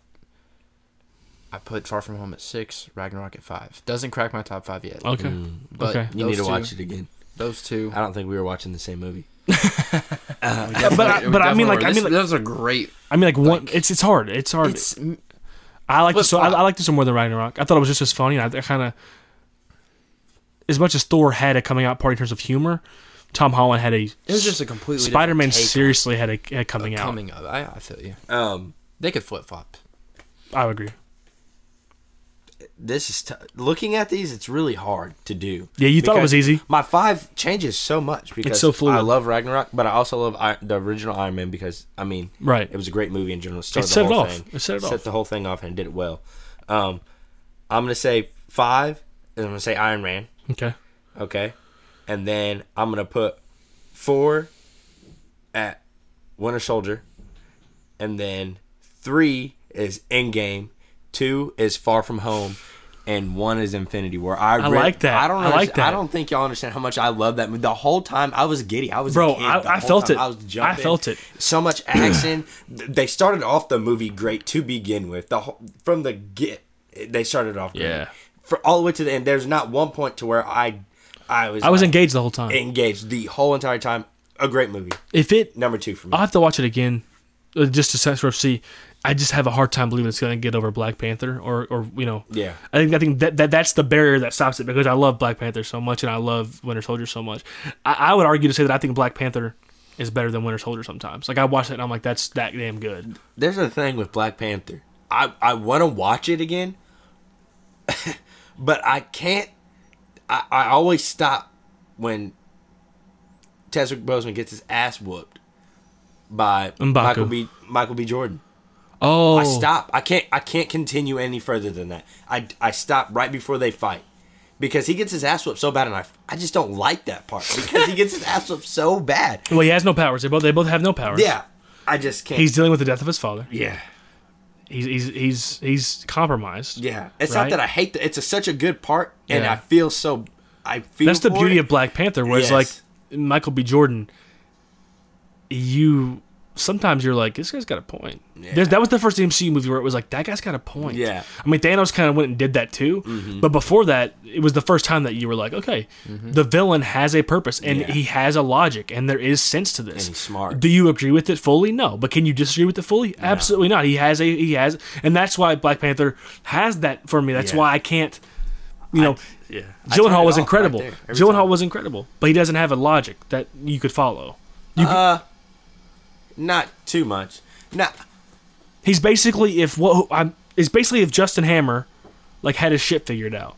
Speaker 15: I put Far From Home at six, Ragnarok at five. Doesn't crack my top five yet.
Speaker 11: Okay.
Speaker 15: But
Speaker 11: Oh, Okay.
Speaker 14: you need
Speaker 15: those
Speaker 14: to
Speaker 15: two-
Speaker 14: watch it again.
Speaker 15: Those two.
Speaker 14: I don't think we were watching the same movie.
Speaker 11: Yeah, but I, but I mean like I mean like
Speaker 15: those are great.
Speaker 11: I mean like one. It's it's hard. It's hard.
Speaker 15: It's-
Speaker 11: I like so I, I like this one more than Ragnarok. I thought it was just as funny. And I, I kind of as much as Thor had a coming out party in terms of humor, Tom Holland had a it
Speaker 15: was just a completely different
Speaker 11: Spider Man
Speaker 15: take on-
Speaker 11: seriously had a, had coming out.
Speaker 15: Coming up, I, I feel you.
Speaker 14: Um,
Speaker 15: they could flip flop.
Speaker 11: I would agree.
Speaker 14: This is t- looking at these. It's really hard to do.
Speaker 11: Yeah, you thought it was
Speaker 14: Because
Speaker 11: easy.
Speaker 14: My five changes so much because
Speaker 11: so fluid.
Speaker 14: I love Ragnarok, but I also love I- the original Iron Man because I mean,
Speaker 11: Right.
Speaker 14: It was a great movie in general. started
Speaker 11: set it
Speaker 14: the whole
Speaker 11: off.
Speaker 14: Thing,
Speaker 11: It set it off.
Speaker 14: the whole thing off and did it well. Um, I'm gonna say five. And I'm gonna say Iron Man.
Speaker 11: Okay.
Speaker 14: Okay. And then I'm gonna put four at Winter Soldier. And then three is Endgame. Two is Far From Home. And one is Infinity War. I,
Speaker 11: I like that.
Speaker 14: I don't.
Speaker 11: I like
Speaker 14: understand-
Speaker 11: that.
Speaker 14: I don't think y'all understand how much I love that movie. The whole time I was giddy. I was a
Speaker 11: Bro,
Speaker 14: kid
Speaker 11: I-
Speaker 14: the
Speaker 11: I
Speaker 14: whole
Speaker 11: felt
Speaker 14: time.
Speaker 11: it.
Speaker 14: I was
Speaker 11: I
Speaker 14: jumping.
Speaker 11: felt it.
Speaker 14: So much action. Th- they started off the movie great to begin with. The whole, from the get, they started off. Great.
Speaker 11: Yeah.
Speaker 14: For all the way to the end, there's not one point to where I, I was.
Speaker 11: I was
Speaker 14: like,
Speaker 11: engaged the whole time.
Speaker 14: Engaged the whole entire time. A great movie.
Speaker 11: If it
Speaker 14: number two for me.
Speaker 11: I'll have to watch it again, uh, just to sort of see. I just have a hard time believing it's going to get over Black Panther, or or you know,
Speaker 14: Yeah.
Speaker 11: I think I think that, that that's the barrier that stops it because I love Black Panther so much and I love Winter Soldier so much. I, I would argue to say that I think Black Panther is better than Winter Soldier sometimes. Like I watch it and I'm like, that's that damn good.
Speaker 14: There's a thing with Black Panther. I I want to watch it again, but I can't. I, I always stop when Chadwick Boseman gets his ass whooped by
Speaker 11: M'Baku.
Speaker 14: Michael B. Michael B. Jordan.
Speaker 11: Oh,
Speaker 14: I stop. I can't. I can't continue any further than that. I I stop right before they fight because he gets his ass whooped so bad, and I I just don't like that part because he gets his ass whooped so bad.
Speaker 11: Well, he has no powers. They both they both have no powers.
Speaker 14: Yeah, I just can't.
Speaker 11: he's dealing with the death of his father.
Speaker 14: Yeah.
Speaker 11: he's he's he's he's compromised.
Speaker 14: Yeah, it's
Speaker 11: right?
Speaker 14: not that I hate that. It's a, such a good part, and
Speaker 11: Yeah.
Speaker 14: I feel so. I feel
Speaker 11: That's the
Speaker 14: for
Speaker 11: beauty
Speaker 14: it.
Speaker 11: of Black Panther, where it's
Speaker 14: Yes.
Speaker 11: like Michael B. Jordan, you sometimes you're like, this guy's got a point. There's- That was the first MCU movie where it was like, that guy's got a point.
Speaker 14: Yeah.
Speaker 11: I mean, Thanos kind of went and did that too.
Speaker 14: Mhm.
Speaker 11: But before that, it was the first time that you were like, okay,
Speaker 14: Mhm.
Speaker 11: the villain has a purpose and
Speaker 14: Yeah.
Speaker 11: he has a logic and there is sense to this. And he's
Speaker 14: smart.
Speaker 11: Do you agree with it fully? No. But can you disagree with it fully? Absolutely not. He has a he has, and that's why Black Panther has that for me. That's
Speaker 14: Yeah.
Speaker 11: why I can't. You know,
Speaker 14: yeah. I turn
Speaker 11: Gyllenhaal
Speaker 14: it
Speaker 11: was
Speaker 14: off right
Speaker 11: incredible.
Speaker 14: there, every
Speaker 11: Gyllenhaal was incredible, but he doesn't have a logic that you could follow. You could-
Speaker 14: uh, not too much. Nah.
Speaker 11: He's basically if what I'm is basically if Justin Hammer like had his shit figured out.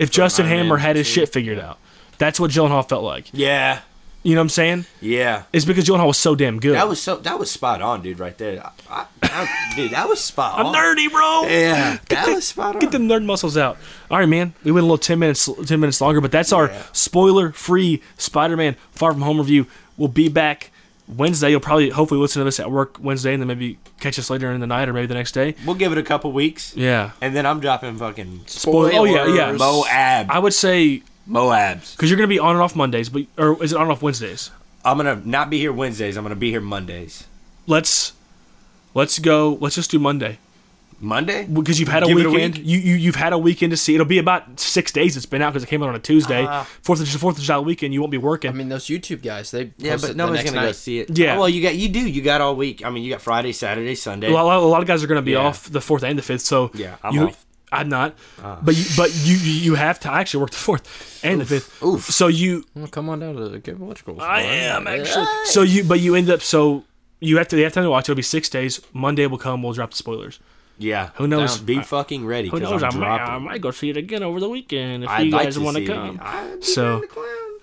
Speaker 11: If Justin
Speaker 14: Hmm. Iron Man
Speaker 11: Hammer had his
Speaker 14: too.
Speaker 11: shit figured out, that's what Gyllenhaal felt like.
Speaker 14: Yeah.
Speaker 11: You know what I'm saying?
Speaker 14: Yeah.
Speaker 11: It's because Gyllenhaal was so damn good.
Speaker 14: That was so. That was spot on, dude. Right there, I, I, I- dude. That was spot
Speaker 11: I'm
Speaker 14: on.
Speaker 11: nerdy, bro.
Speaker 14: Yeah,
Speaker 11: get
Speaker 14: that
Speaker 11: the,
Speaker 14: was spot on.
Speaker 11: Get them nerd muscles out. All right, man. We went a little ten minutes, ten minutes longer, but that's our spoiler-free Spider-Man Far From Home review. We'll be back Wednesday. You'll probably, hopefully, listen to this at work Wednesday, and then maybe catch us later in the night or maybe the next day.
Speaker 14: We'll give it a couple weeks.
Speaker 11: Yeah.
Speaker 14: And then I'm dropping fucking
Speaker 11: Spoiler. Oh yeah, yeah.
Speaker 14: Moab.
Speaker 11: I would say
Speaker 14: Moabs.
Speaker 11: because you're gonna be on and off Mondays, but or is it on and off Wednesdays?
Speaker 14: I'm gonna not be here Wednesdays. I'm gonna be here Mondays.
Speaker 11: Let's let's go. Let's just do Monday.
Speaker 14: Monday?
Speaker 11: Because you've had a
Speaker 14: Give it a
Speaker 11: weekend.
Speaker 14: week?
Speaker 11: You, you you've had a weekend to see. It'll be about six days. It's been out because it came out on a Tuesday.
Speaker 14: Uh-huh.
Speaker 15: Ah.
Speaker 11: Fourth of Fourth of July weekend. You won't be working. I
Speaker 15: mean, those YouTube guys. They
Speaker 14: Yeah,
Speaker 15: post
Speaker 14: but
Speaker 15: it the
Speaker 14: nobody's
Speaker 15: next
Speaker 14: gonna go
Speaker 15: night.
Speaker 14: see it.
Speaker 11: Yeah.
Speaker 14: Well, you got you do. You got all week. I mean, you got Friday, Saturday, Sunday.
Speaker 11: A lot, a lot of guys are going to be
Speaker 14: Yeah.
Speaker 11: off the fourth and the fifth. So
Speaker 14: Yeah, I'm
Speaker 11: you,
Speaker 14: off.
Speaker 11: I'm not.
Speaker 14: Ah.
Speaker 11: But you, but you you you have to I actually work the fourth and the fifth. Oof. So you
Speaker 15: Well, come on down to the Game Electrical.
Speaker 11: I am actually. So you, but you end up so you have to. They have time to watch. It'll be six days. Monday will come. We'll drop the spoilers.
Speaker 14: Yeah.
Speaker 11: Who knows?
Speaker 14: Down. Be
Speaker 11: I-
Speaker 14: fucking ready.
Speaker 11: Who
Speaker 14: 'cause
Speaker 11: knows? I
Speaker 14: I'm
Speaker 11: might, I
Speaker 14: dropping.
Speaker 11: might go see it again over the weekend if
Speaker 14: I'd
Speaker 11: you
Speaker 14: like
Speaker 11: guys
Speaker 14: to
Speaker 11: want to
Speaker 14: see it.
Speaker 11: come.
Speaker 14: I'd be
Speaker 11: So,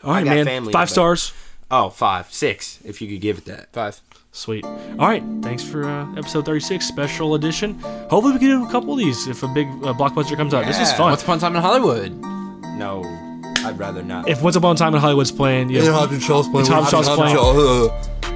Speaker 11: all
Speaker 14: I
Speaker 11: right,
Speaker 14: got
Speaker 11: man.
Speaker 14: family,
Speaker 11: Five
Speaker 14: but-
Speaker 11: stars.
Speaker 14: Oh, five, six. If you could give it that.
Speaker 15: Five.
Speaker 11: Sweet. All right. Thanks for uh, episode 36, special edition. Hopefully, we can do a couple of these if a big uh, blockbuster comes out. This is
Speaker 14: Yeah.
Speaker 11: fun.
Speaker 14: Once
Speaker 15: Upon a Time in Hollywood.
Speaker 14: No, I'd rather not.
Speaker 11: If Once Upon a Time in Hollywood's playing, yeah,
Speaker 14: And Hobbs and Shaw's playing.
Speaker 11: Tom Shaw's
Speaker 14: Hobbs and
Speaker 11: playing.
Speaker 14: Shaw,